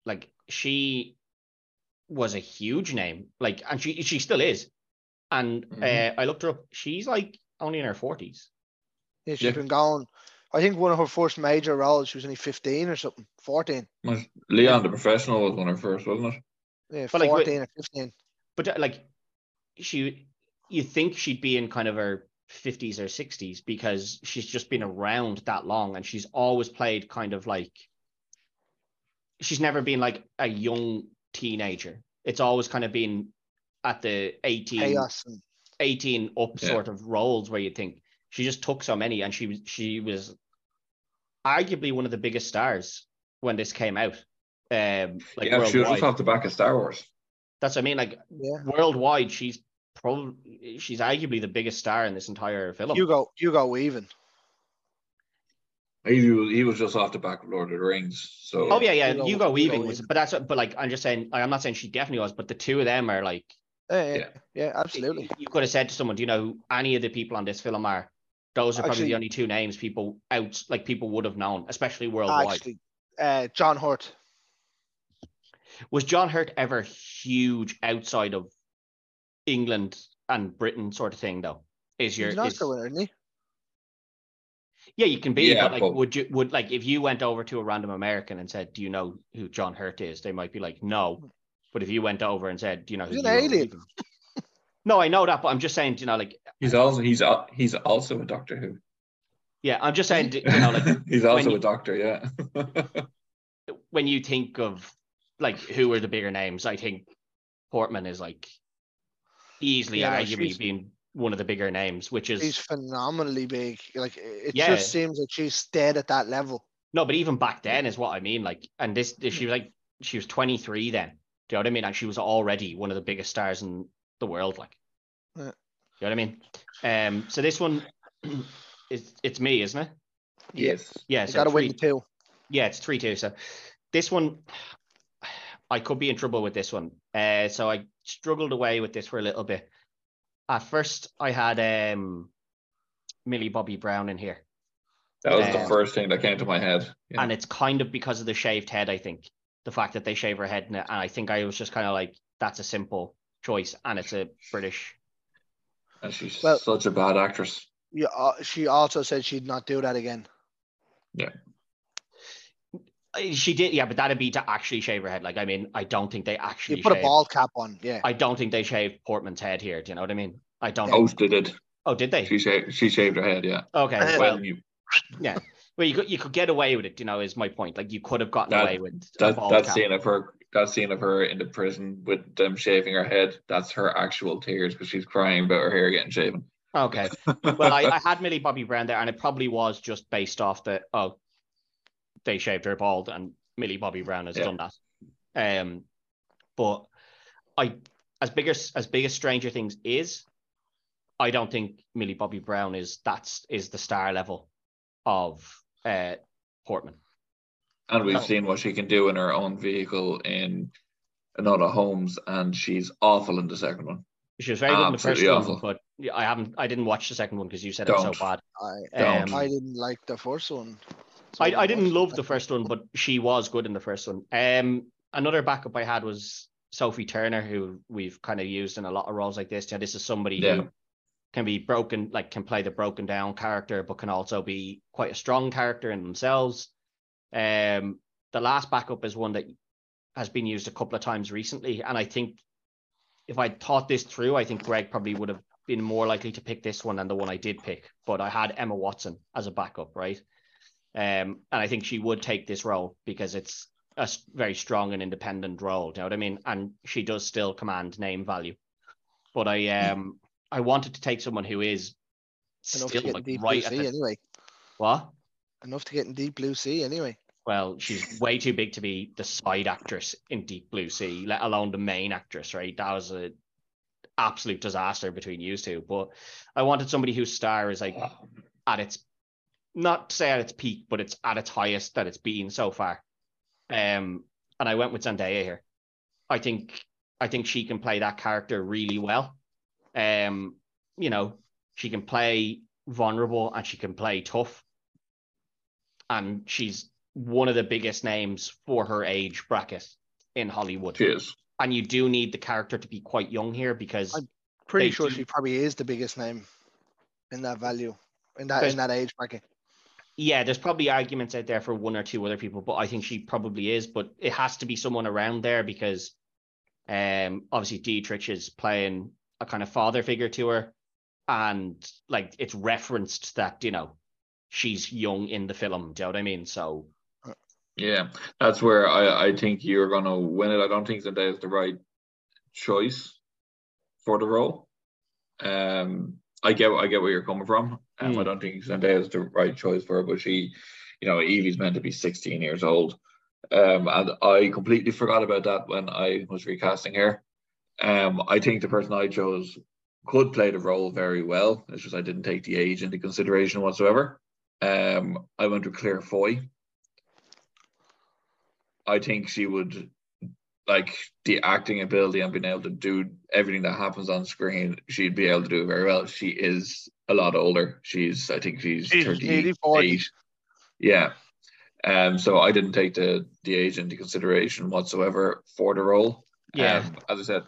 like she was a huge name, like, and she she still is. And
Mhm.
uh, I looked her up. She's like only in her forties.
Yeah, she's
Yeah.
been gone. I think one of her first major roles, she was only 15 or something, 14.
Was- Leon the Professional was one of her first, wasn't it?
Yeah,
But, like,
14
wi-
or 15.
But uh, like, she, you think she'd be in kind of her fifties or sixties because she's just been around that long, and she's always played kind of like. She's never been like a young teenager. It's always kind of been at the eighteen.
Chaos. And,
18 up
Yeah.
sort of roles where you think she just took so many and she was she was arguably one of the biggest stars when this came out um like
yeah, she was
worldwide
just off the back of Star Wars.
that's what i mean like
yeah.
worldwide she's probably she's arguably the biggest star in this entire film
Hugo, Hugo Weaving.
He was, he was just off the back of Lord of the Rings. So
oh yeah yeah
Hugo-
hugo,
Hugo
weaving was
Weaving.
but that's what, but like i'm just saying i'm not saying she definitely was but the two of them are like
Yeah, yeah,
Yeah.
yeah, absolutely.
you could have said to someone do you know who any of the people on this film are Those are probably
Actually-
the only two names people out like people would have known, especially worldwide.
Actually, uh, John Hurt.
Was John Hurt ever huge outside of England and Britain, sort of thing? Though is
He's
your
an Oscar
is-
winner, isn't he?
yeah, you can be,
Yeah,
but like,
but-
would you would like if you went over to a random American and said, "Do you know who John Hurt is?" They might be like, "No," but if you went over and said, "Do you know who
He's an
Ewan
alien.
Regan- no, I know that, but I'm just saying, you know, like,
He's also he's al- he's also a Doctor Who.
yeah, I'm just saying, you know, like,
he's also
when you-
a doctor. Yeah.
when you think of like who are the bigger names, I think Portman is like easily
Yeah, no,
arguably
she's-
being one of the bigger names, which is
She's phenomenally big. Like it
Yeah.
just seems like she's stayed at that level.
no, but even back then is what I mean. Like, and this, this she was like she was 23 then. Do you know what I mean? And she was already one of the biggest stars in the world. Like,
Yeah.
do you know what I mean? Um, so this one, it's it's me, isn't it?
yes.
Yeah,
You
so
got to win
three-
the two.
Yeah, it's three two. So this one, I could be in trouble with this one. Uh, so I struggled away with this for a little bit. At first, I had um, Millie Bobby Brown in here,
That was the
Um,
first thing that came to my head. Yeah.
and it's kind of because of the shaved head. I think the fact that they shave her head, and and I think I was just kind of like, that's a simple choice, and it's a British.
And she's
Well-
such a bad actress.
Yeah, uh, she also said she'd not do that again.
Uh, She did, yeah, but that'd be to actually shave her head. Like, I mean, I don't think they
She
actually.
put a
shaved-
ball cap on. Yeah,
I don't think they shaved Portman's head here. Do you know what I mean? I don't.
Oath did it.
Oh, did they?
She shaved, she shaved her head. Yeah.
Okay. Well,
Well, you,
Well, you could you could get away with it, you know, is my point. Like you could have gotten
That-
away with a
that
bald
that
cap.
scene of her that scene of her in the prison with them shaving her head. That's her actual tears because she's crying about her hair getting shaven.
Okay. Well, I, I had Millie Bobby Brown there, and it probably was just based off the oh, they shaved her bald, and Millie Bobby Brown has
Yeah.
done that. Um, but I as big as as big as Stranger Things is, I don't think Millie Bobby Brown is that's is the star level of uh Portman.
and
Oh.
we've
No.
seen what she can do in her own vehicle in another Holmes, and she's awful in the second one.
She was very good in the first
Absolutely
one,
awful.
but yeah, I haven't I didn't watch the second one because you said it was so
Don't.
bad.
I
Don't.
I didn't like the first one. so
Um, I, I didn't
watch
love the first one, but she was good in the first one. Um, another backup I had was Sophie Turner, who we've kind of used in a lot of roles like this. Now, this is somebody
Yeah.
who can be broken, like can play the broken down character, but can also be quite a strong character in themselves. Um, the last backup is one that has been used a couple of times recently, and I think if I thought this through, I think Greg probably would have been more likely to pick this one than the one I did pick. But I had Emma Watson as a backup, right? Um, and I think she would take this role because it's a s- very strong and independent role. Do you know what I mean? And she does still command name value. But
Hmm.
I um I wanted to take someone who is
Enough
still
to get
like
in deep
right
blue
at
sea
the,
anyway.
what?
Enough to get in deep blue sea anyway.
Well, she's way too big to be the side actress in Deep Blue Sea, let alone the main actress, right? That was a absolute disaster between you two. But I wanted somebody whose star is like at its not to say at its peak, but it's at its highest that it's been so far. Um, and I went with Zendaya here. I think I think she can play that character really well. Um, you know, she can play vulnerable and she can play tough. And she's one of the biggest names for her age bracket in Hollywood.
She is.
And you do need the character to be quite young here because
I'm- Pretty
They
sure
do.
she probably is the biggest name in that value, in that
There's-
in that age bracket.
yeah, there's probably arguments out there for one or two other people, but I think she probably is. But it has to be someone around there because um obviously Dietrich is playing a kind of father figure to her. And like it's referenced that, you know, she's young in the film. Do you know what I mean? So
Yeah, that's where I, I think you're gonna win it. I don't think Zendaya is the right choice for the role. Um, I get I get where you're coming from. Um, I
Mm.
don't think Zendaya is the right choice for her, but she, you know, Evie's meant to be 16 years old. Um, and I completely forgot about that when I was recasting her. Um, I think the person I chose could play the role very well. It's just I didn't take the age into consideration whatsoever. Um, I went with Claire Foy. I think she would like the acting ability and being able to do everything that happens on screen, she'd be able to do it very well. She is a lot older. She's, I think she's
She's
38.
84.
Yeah. Um, so I didn't take the, the age into consideration whatsoever for the role.
Yeah.
Um, as I said,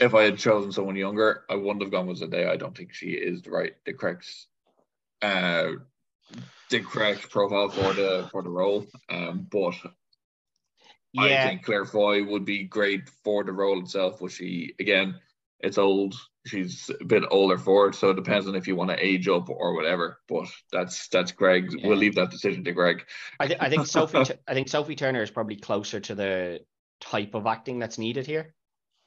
if I had chosen someone younger, I wouldn't have gone with Zendaya. I don't think she is the right, the correct, uh, the correct profile for the for the role. Um, but I
yeah.
think Claire Foy would be great for the role itself. But she, again, it's old. She's a bit older for it, so it depends on if you want to age up or whatever. But that's that's Greg.
Yeah.
We'll leave that decision to Greg.
I, th- I think Sophie. Tu- I think Sophie Turner is probably closer to the type of acting that's needed here,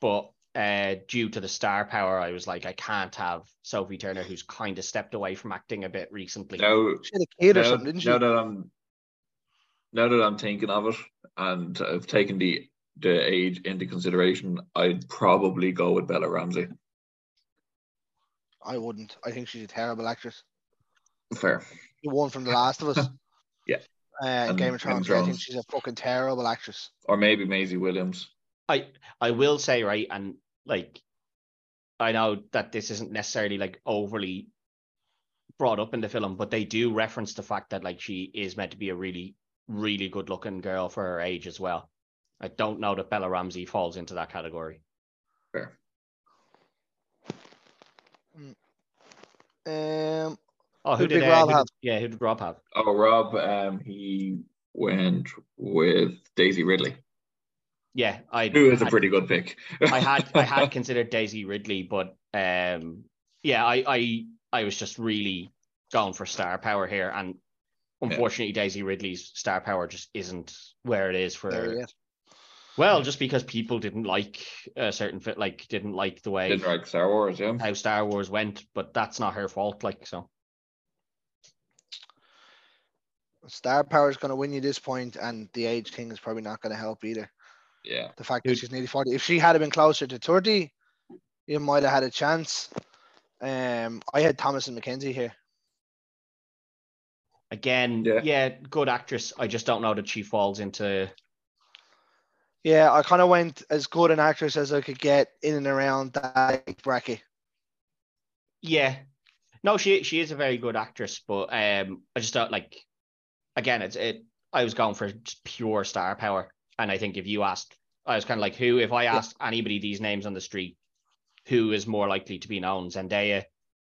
but uh, due to the star power, I was like, I can't have Sophie Turner, who's kind of stepped away from acting a bit recently.
Now,
She had a kid or
now,
something, didn't she?
now that I'm now that I'm thinking of it and I've taken the the age into consideration, I'd probably go with Bella Ramsey.
I wouldn't. I think she's a terrible actress.
Fair.
The one from The Last of Us.
Yeah.
Uh,
And
Game of
Game of
Thrones. I think
Thrones.
she's a fucking terrible actress.
Or maybe Maisie Williams.
I I will say right, and like, I know that this isn't necessarily like overly brought up in the film, but they do reference the fact that like she is meant to be a really really good looking girl for her age as well. I don't know that Bella Ramsey falls into that category.
Fair.
Um,
Oh, who
Who
did,
did
uh,
Rob
who did-
have?
yeah, who did Rob have?
Oh, Rob, um, he went with Daisy Ridley,
Yeah, I
who is a
I-
pretty good pick.
I had I had considered Daisy Ridley, but um, yeah, I I I was just really going for star power here, and unfortunately, Daisy Ridley's star power just isn't where it is for.
there, yeah.
Well, just because people didn't like a certain fit, like didn't like the way
Didn't like Star Wars, yeah.
how Star Wars went, but that's not her fault. Like so,
Star power is going to win you this point, and the age thing is probably not going to help either.
Yeah.
The fact that
Dude.
she's nearly 40. If she had been closer to 30, you might have had a chance. Um, I had Thomas and McKenzie here.
again, yeah.
Yeah.
good actress. I just don't know that she falls into.
Yeah, I kind of went as good an actress as I could get in and around that age bracket.
Yeah, no, she she is a very good actress, but um, I just don't like. Again, it's it. I was going for just pure star power, and I think if you asked, I was kind of like, who? If I asked anybody these names on the street, who is more likely to be known, Zendaya? I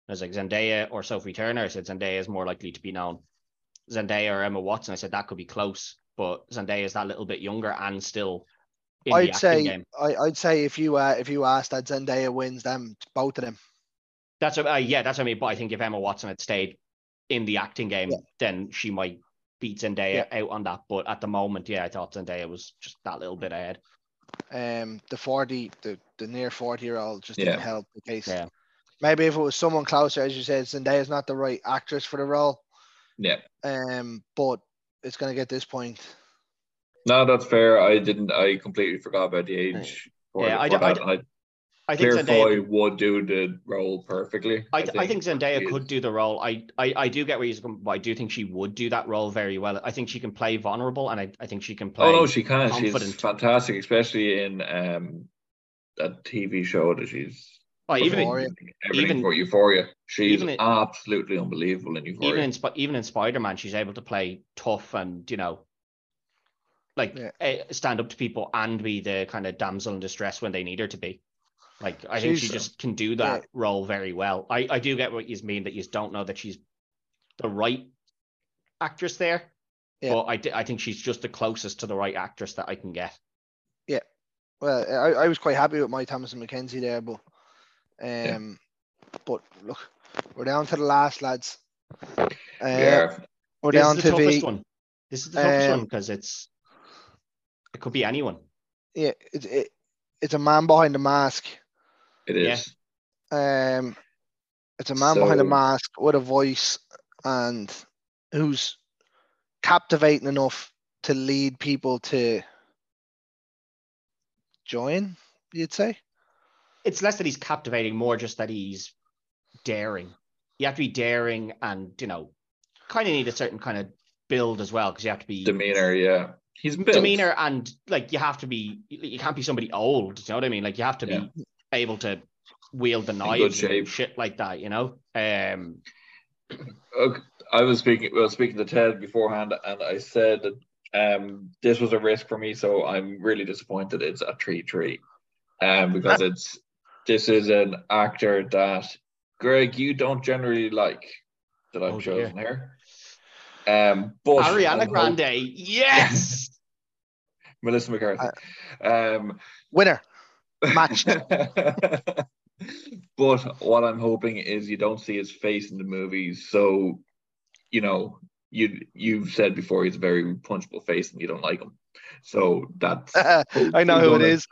was like Zendaya or Sophie Turner. I said Zendaya is more likely to be known. Zendaya or Emma Watson. I said that could be close, but Zendaya is that little bit younger and still in the
I'd
acting
say
game.
I, I'd say if you uh, if you asked that Zendaya wins them both of them.
That's what, uh, yeah, that's what I mean. But I think if Emma Watson had stayed in the acting game,
Yeah.
then she might beat Zendaya out on that. But at the moment, yeah, I thought Zendaya was just that little bit ahead.
um the 40 the, the near 40 year old just
Yeah.
didn't help the case
Yeah.
maybe if it was someone closer as you said Zendaya's not the right actress for the role
Yeah.
um but it's going to get this point
No, that's fair. I didn't, I completely forgot about the age. for-
Yeah, I
for
don't- I
that, and I-
I think
Claire
Zendaya.
Foy would do the role perfectly.
I, I think Zendaya
she
could
is.
do the role. I, I, I do get where he's coming, but I do think she would do that role very well. I think she can play vulnerable, and I, I think she can play.
Oh no, she can. She's
confident.
fantastic, especially in um that TV show that she's
Oh, even in,
Euphoria.
everything
even-
for Euphoria. She's
even it-
absolutely unbelievable in Euphoria.
even in Sp- even in Spider Man, she's able to play tough and you know, like
Yeah.
eh, stand up to people and be the kind of damsel in distress when they need her to be. Like I think she
She's-
just can do that role very well. I I do get what you mean that you don't know that she's the right actress there,
Yeah.
but I di- I think she's just the closest to the right actress that I can get.
well I, I was quite happy with my Thomas and McKenzie there but um but look we're down to the last lads uh,
yeah.
we're
this
down
is
to
the toughest
the
one. This is the toughest
Um,
one because it's it could be anyone.
yeah it's it, it's a man behind the mask
It
yeah.
is.
Um, it's a man behind a
So-
mask with a voice and who's captivating enough to lead people to join, you'd say.
it's less that he's captivating, more just that he's daring. You have to be daring and, you know, kind of need a certain kind of build as well, because you have to be
Demeanor, yeah. He's built.
demeanor and like you have to be, you can't be somebody old. You know what I mean? Like you have to be able to wield the knives and
shape.
shit like that, you know. Um,
Okay, I was speaking. I was speaking to Ted beforehand, and I said that um, this was a risk for me, so I'm really disappointed. It's a three three, um, because it's this is an actor that Greg you don't generally like that I've
Oh, dear.
chosen here. Um, but
Ariana
I'm
Grande, yes.
hoping- Melissa McCarthy. um,
Winner. Matched.
but what I'm hoping is you don't see his face in the movies, so you know you you've said before he's a very punchable face and you don't like him, so that's
I know who it is.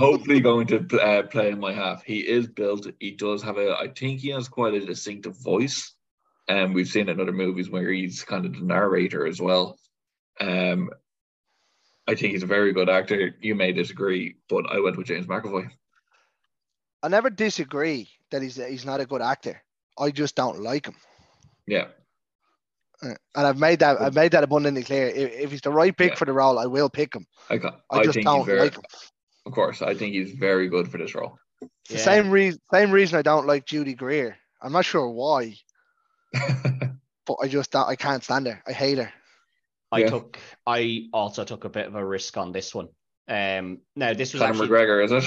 hopefully going to uh, play in my half. He is built. He does have a. I think he has quite a distinctive voice, and we've seen in other movies where he's kind of the narrator as well. Um, I think he's a very good actor. You may disagree, but I went with James McAvoy.
I never disagree that he's he's not a good actor. I just don't like him.
Yeah,
Uh, And I've made that I've made that abundantly clear. If, if he's the right pick
Yeah.
for the role, I will pick him.
I got.
I
I,
just
think he's
don't
very.
like him.
Of course, I think he's very good for this role.
It's
Yeah.
the same reason same reason I don't like Judy Greer. I'm not sure why, but I just don't, I can't stand her. I hate her.
I
Yeah.
took. I also took a bit of a risk on this one. Um, now this was
Conor
actually
McGregor, is it?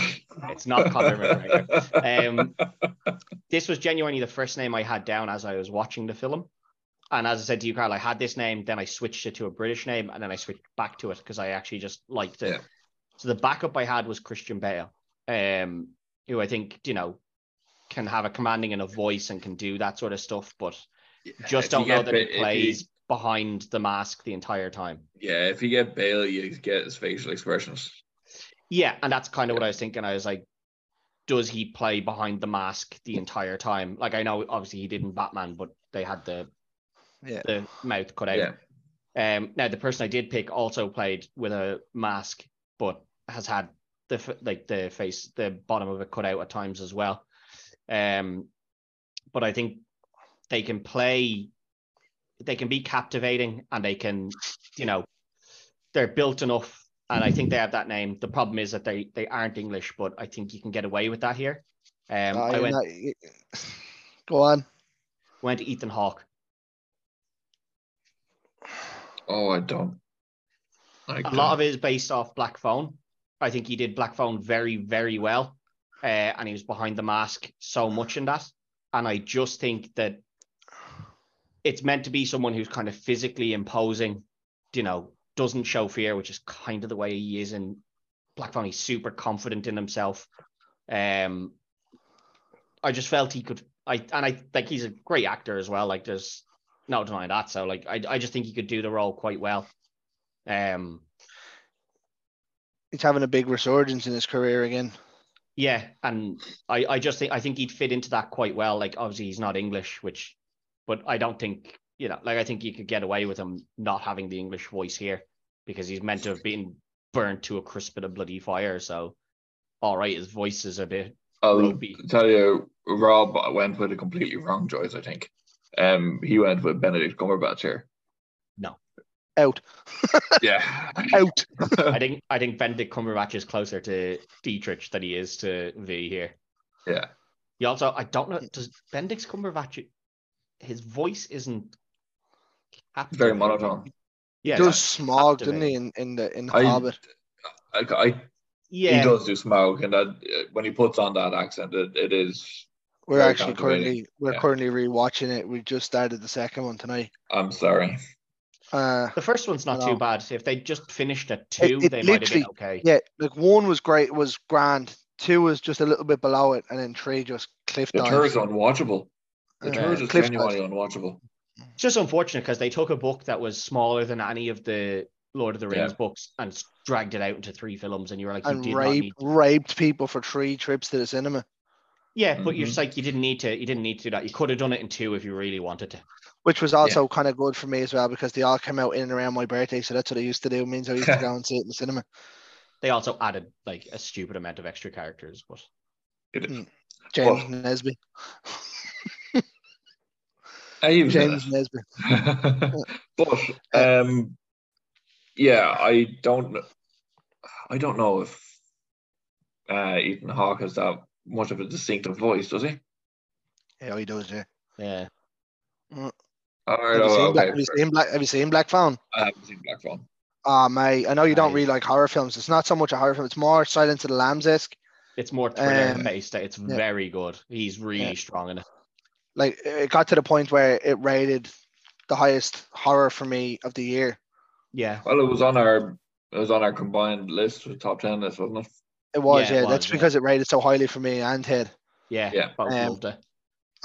it's not Conor McGregor. Um, this was genuinely the first name I had down as I was watching the film. And as I said to you, Carl, I had this name, then I switched it to a British name, and then I switched back to it because I actually just liked it.
Yeah.
So the backup I had was Christian Bale, um, who I think, you know, can have a commanding and a voice and can do that sort of stuff, but just
If
don't
you
know
get
that he
Ba- if you-
plays behind the mask the entire time.
yeah, if you get Bale, you get his facial expressions.
Yeah, and that's kind of what I was thinking. I was like, does he play behind the mask the entire time? Like I know obviously he didn't Batman, but they had the
Yeah.
the mouth cut out.
Yeah.
Um now the person I did pick also played with a mask, but has had the f- like the face the bottom of it cut out at times as well. Um but I think they can play they can be captivating and they can, you know, they're built enough and I think they have that name. The problem is that they they aren't English, but I think you can get away with that here. Um,
I
I
am
went
not- go on.
went Ethan Hawke.
Oh, I don't. Like
A lot of it is based off Black Phone. I think he did Black Phone very very well, uh, and he was behind the mask so much in that. And I just think that it's meant to be someone who's kind of physically imposing, you know, doesn't show fear, which is kind of the way he is in Black Phone. He's super confident in himself. Um, I just felt he could. I and I think he's a great actor as well. Like there's no denying that. So like I, I just think he could do the role quite well. Um,
He's having a big resurgence in his career again.
yeah, and I I just think I think he'd fit into that quite well. Like obviously he's not English, which, but I don't think you know. Like I think you could get away with him not having the English voice here because he's meant to have been burnt to a crisp in a bloody fire. So, all right, his voice is a bit
I'll
ropey.
tell you, Rob went with a completely wrong choice. I think. Um, he went with Benedict Cumberbatch here.
Out.
Yeah.
Out.
I think I think Benedict Cumberbatch is closer to Dietrich than he is to V here.
Yeah.
He also I don't know does Benedict Cumberbatch his voice isn't
Very
captivating.
monotone.
He
Yeah,
does smog, didn't he,
captivating.
in, in the in
I-
Hobbit?
I, I,
yeah.
He does do smoke, and that uh, when he puts on that accent, it, it is.
We're
very
actually
captivating.
currently we're
Yeah.
currently rewatching it. We just started the second one tonight.
I'm sorry.
Uh
The first one's not
No.
too bad. If they just finished at two,
it
they might have been
literally-
okay.
yeah, like one was great, was grand. Two was just a little bit below it, and then three just cliff
The
dive.
tour is unwatchable. The
Uh,
tour is
cliff
genuinely unwatchable.
It's just unfortunate because they took a book that was smaller than any of the Lord of the Rings books and s- dragged it out into three films, and you were like, you
and
did not
rape,
need.
raped people for three trips to the cinema,
Yeah, but you're
Mhm.
just like, you didn't need to. You didn't need to do that. You could have done it in two if you really wanted to.
which was also kind of good for me as well because they all came out in and around my birthday. So that's what I used to do. It means I used to go and see it in the cinema.
They also added like a stupid amount of extra characters, but
It-
Mm. James
Oh.
Nesby.
Hey, you've said
James Uh, Nesby.
it. but um, yeah, I don't, I don't know if uh, Ethan Hawke has that much of a distinctive voice, does he?
Yeah, he does. Yeah.
Yeah.
All right,
Have you,
oh,
seen
okay.
Black, have you seen Black? Have you seen Black Phone?
I haven't seen Black Phone.
Ah, mate. I know you don't
Aye.
really like horror films. It's not so much a horror film. It's more Silence of the Lambs esque.
It's more thriller
Um,
based. It's very good. He's really
Yeah.
strong in it.
Like it got to the point where it rated the highest horror for me of the year.
Yeah.
Well, it was on our it was on our combined list, the top ten list, wasn't it?
It was,
Yeah,
yeah.
it
That's
was, yeah.
because it rated so highly for me and Ted.
Yeah.
Yeah.
Both
Um,
loved it.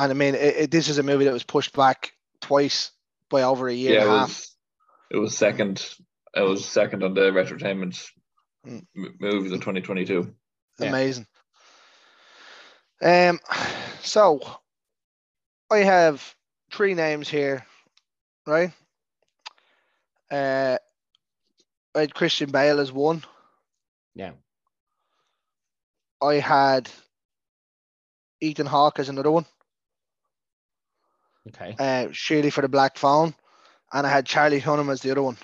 And I mean, it, it, this is a movie that was pushed back twice by over a year
yeah,
and
it
a half.
was. It was second. It was second on the Retrotainment
Mm.
m- movies of 2022.
Yeah.
Amazing. Um, so I have three names here, right? Uh, I had Christian Bale as one.
Yeah.
I had Ethan Hawke as another one,
Okay.
uh, Shirley for the Black Phone, and I had Charlie Hunnam as the other one.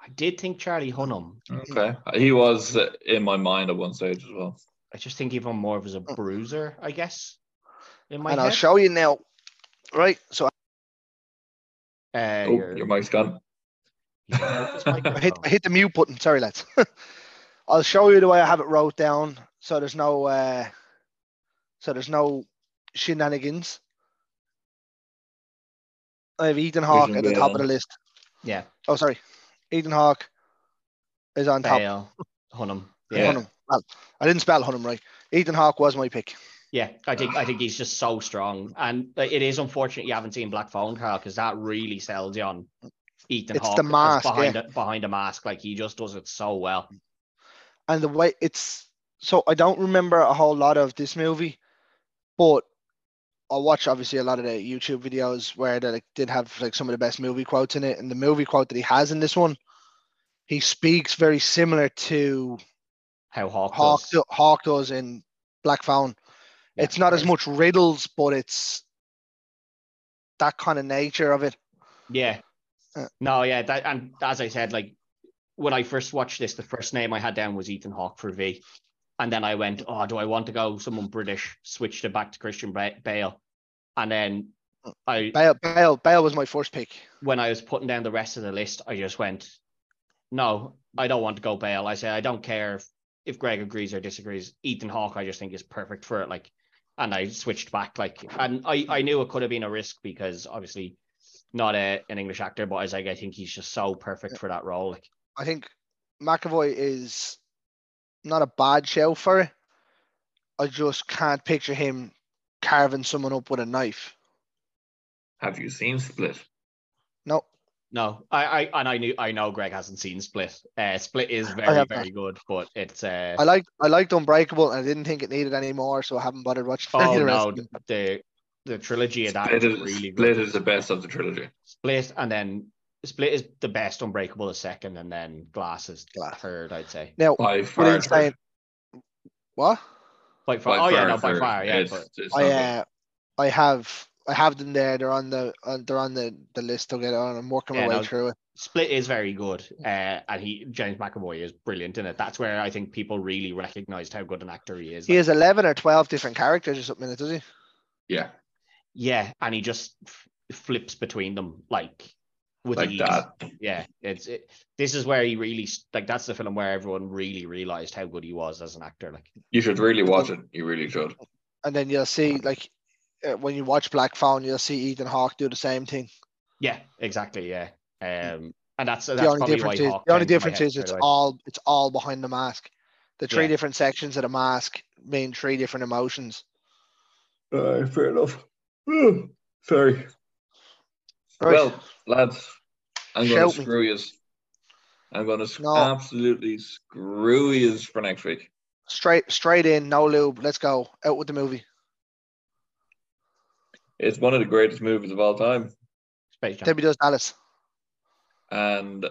I did think Charlie Hunnam.
Okay, he was uh, in my mind at one stage as well.
I just think even more of as a
Mm.
bruiser, I guess. In my
and I'll
head.
show you now, right? So
Uh,
oh,
your-
your mic's gone.
your mouth is
I hit,
microphone.
I hit the mute button. Sorry, lads. I'll show you the way I have it wrote down, so there's no, uh, so there's no shenanigans. I have Ethan Hawke at the
Christian
top of
Bale.
the list.
Yeah.
Oh, sorry, Ethan Hawke is on top.
Bale, Hunnam.
Yeah.
Hunnam. Well, I didn't spell Hunnam right. Ethan Hawke was my pick.
Yeah, I think I think he's just so strong, and uh, it is unfortunate you haven't seen Black Phone Carl because that really sells you on Ethan
It's
Hawke
the
as
mask,
behind a, behind a mask, like he just does it so well.
and the way it's so I don't remember a whole lot of this movie, but I watch obviously a lot of the YouTube videos where they like, did have like some of the best movie quotes in it, and the movie quote that he has in this one, he speaks very similar to
How Hawk,
Hawk
does.
do- Hawk does in Black Phone.
Yeah,
it's not as
right.
much riddles, but it's that kind of nature of it.
Yeah.
Uh.
No, yeah, that and as I said, like when I first watched this, the first name I had down was Ethan Hawke for V, and then I went, oh, do I want to go someone British? Switched it back to Christian Ba- Bale, and then I
Bale, Bale, Bale was my first pick.
when I was putting down the rest of the list, I just went, no, I don't want to go bail. I said, I don't care if, if Greg agrees or disagrees. Ethan Hawke, I just think is perfect for it. Like, and I switched back. Like, and I, I knew it could have been a risk because obviously not a, an English actor, but I was like, I think he's just so perfect for that role. Like,
I think McAvoy is not a bad show for it. I just can't picture him carving someone up with a knife.
Have you seen Split?
No,
no, I, I, and I knew, I know Greg hasn't seen Split. Uh, Split is very,
have
very good, but it's, uh,
I liked I liked Unbreakable and I didn't think it needed any more, so I haven't bothered watching any
oh
of the rest
no,
of them.
the, the trilogy of that
Split
is
is,
really good.
Split is the best of the trilogy.
Split and then Split is the best. Unbreakable is second, and then Glass is
Glass.
third. I'd say.
Now, what
By
are
far.
you saying? What?
By far.
by
oh yeah,
far
no, by
third.
far. Yeah,
It's-
but
it's
I
not
uh, I have I have them there. They're on the uh, they're on the, the list. They'll get on. I'm working my
Yeah,
way
no.
through it.
Split is very good, uh, and he James McAvoy is brilliant in it. That's where I think people really recognised how good an actor he is.
He
Like,
has eleven or twelve different characters or something, in it, does he?
Yeah,
Yeah, and he just f- flips between them like with
like
ease.
that.
Yeah, it's it, this is where he really s- like that's the film where everyone really realised how good he was as an actor. Like
You should really watch it. You really should.
and then you'll see like uh, when you watch Black Phone, you'll see Ethan Hawke do the same thing.
yeah, exactly. Yeah, um, and that's that's
the only
probably
difference
why
is
Hawk
the only
came to my
difference
head
is
straight
it's
away.
all it's all behind the mask. The three
Yeah.
different sections of the mask mean three different emotions.
Uh, fair enough. Sorry.
Right.
Well, lads, I'm going
Shout
to
me.
screw you. I'm going to sc-
No.
absolutely screw you for next week.
straight straight in, no lube. Let's go out with the movie.
It's one of the greatest movies of all time,
Space Jam.
Debbie does Dallas.
and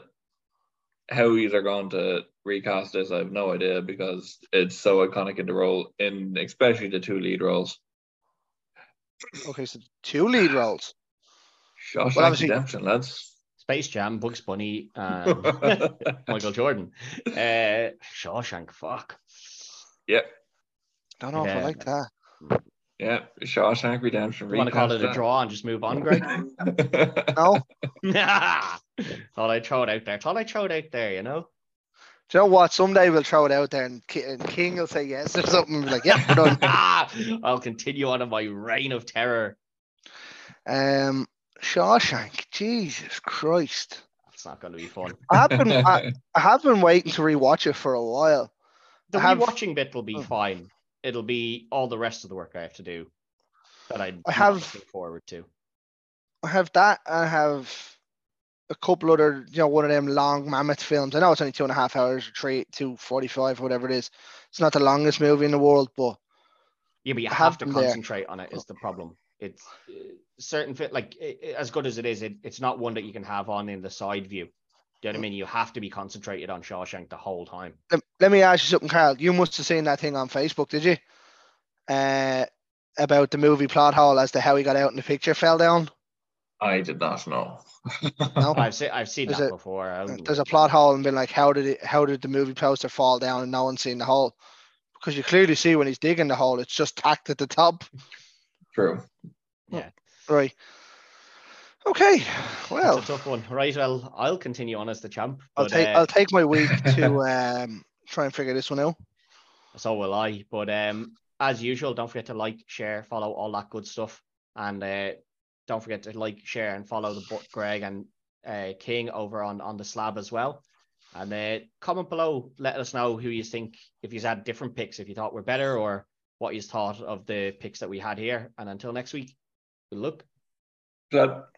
how they're going to recast this, I have no idea because it's so iconic in the role, in especially the two lead roles.
Okay, so two lead roles.
Shawshank
Well, obviously-
Redemption, lads.
Space Jam, Bugs Bunny, and Michael Jordan. Uh, Shawshank, fuck.
yeah,
Don't know if
Yeah.
I like that.
Yeah, Shawshank Redemption.
You want to call it a draw and just move on, Greg?
draw?
No.
Thought I'd throw it out there. Thought I'd throw it out there, you know?
Do you know what? Someday we'll throw it out there and, Ki- and King will say yes or something. We'll be like, yeah, we're done.
Ah, I'll continue on in my reign of terror.
Um, Shawshank. Jesus Christ.
It's not going to be fun.
I have been I, I have been waiting to rewatch it for a while.
The
I have-
rewatching bit will be
Oh.
fine. It'll be all the rest of the work I have to do that I'm
I
not
have-
looking forward to.
I have that. and I have a couple other, you know, one of them long mammoth films. I know it's only two and a half hours or three, two forty-five, or whatever it is. It's not the longest movie in the world, but
Yeah, but you
I
have,
have
to
them there.
concentrate on it. Is the problem? It's uh, certain fit like i- i- as good as it is, it, it's not one that you can have on in the side view. Do you know what I mean? You have to be concentrated on Shawshank the whole time.
let, let me ask you something, Carl. You must have seen that thing on Facebook, did you? Uh, about the movie plot hole as to how he got out and the picture fell down.
I did not know.
No.
I've seen I've seen
There's
that
a-
before. I wouldn't
there's a
look at
plot
that.
hole and been like, how did it, how did the movie poster fall down and no one's seen the hole? Because you clearly see when he's digging the hole, it's just tacked at the top,
True.
right? Okay,
That's
well,
a tough one, right? Well, I'll continue on as the champ.
I'll
but,
take
uh,
I'll take my week to um try and figure this one out.
So will I. But um, as usual, don't forget to like, share, follow, all that good stuff. And uh, don't forget to like, share, and follow the book, Greg and uh, King over on on the slab as well. And uh, comment below, let us know who you think if you had different picks, if you thought were better, or what you thought of the picks that we had here. And until next week, good luck.
But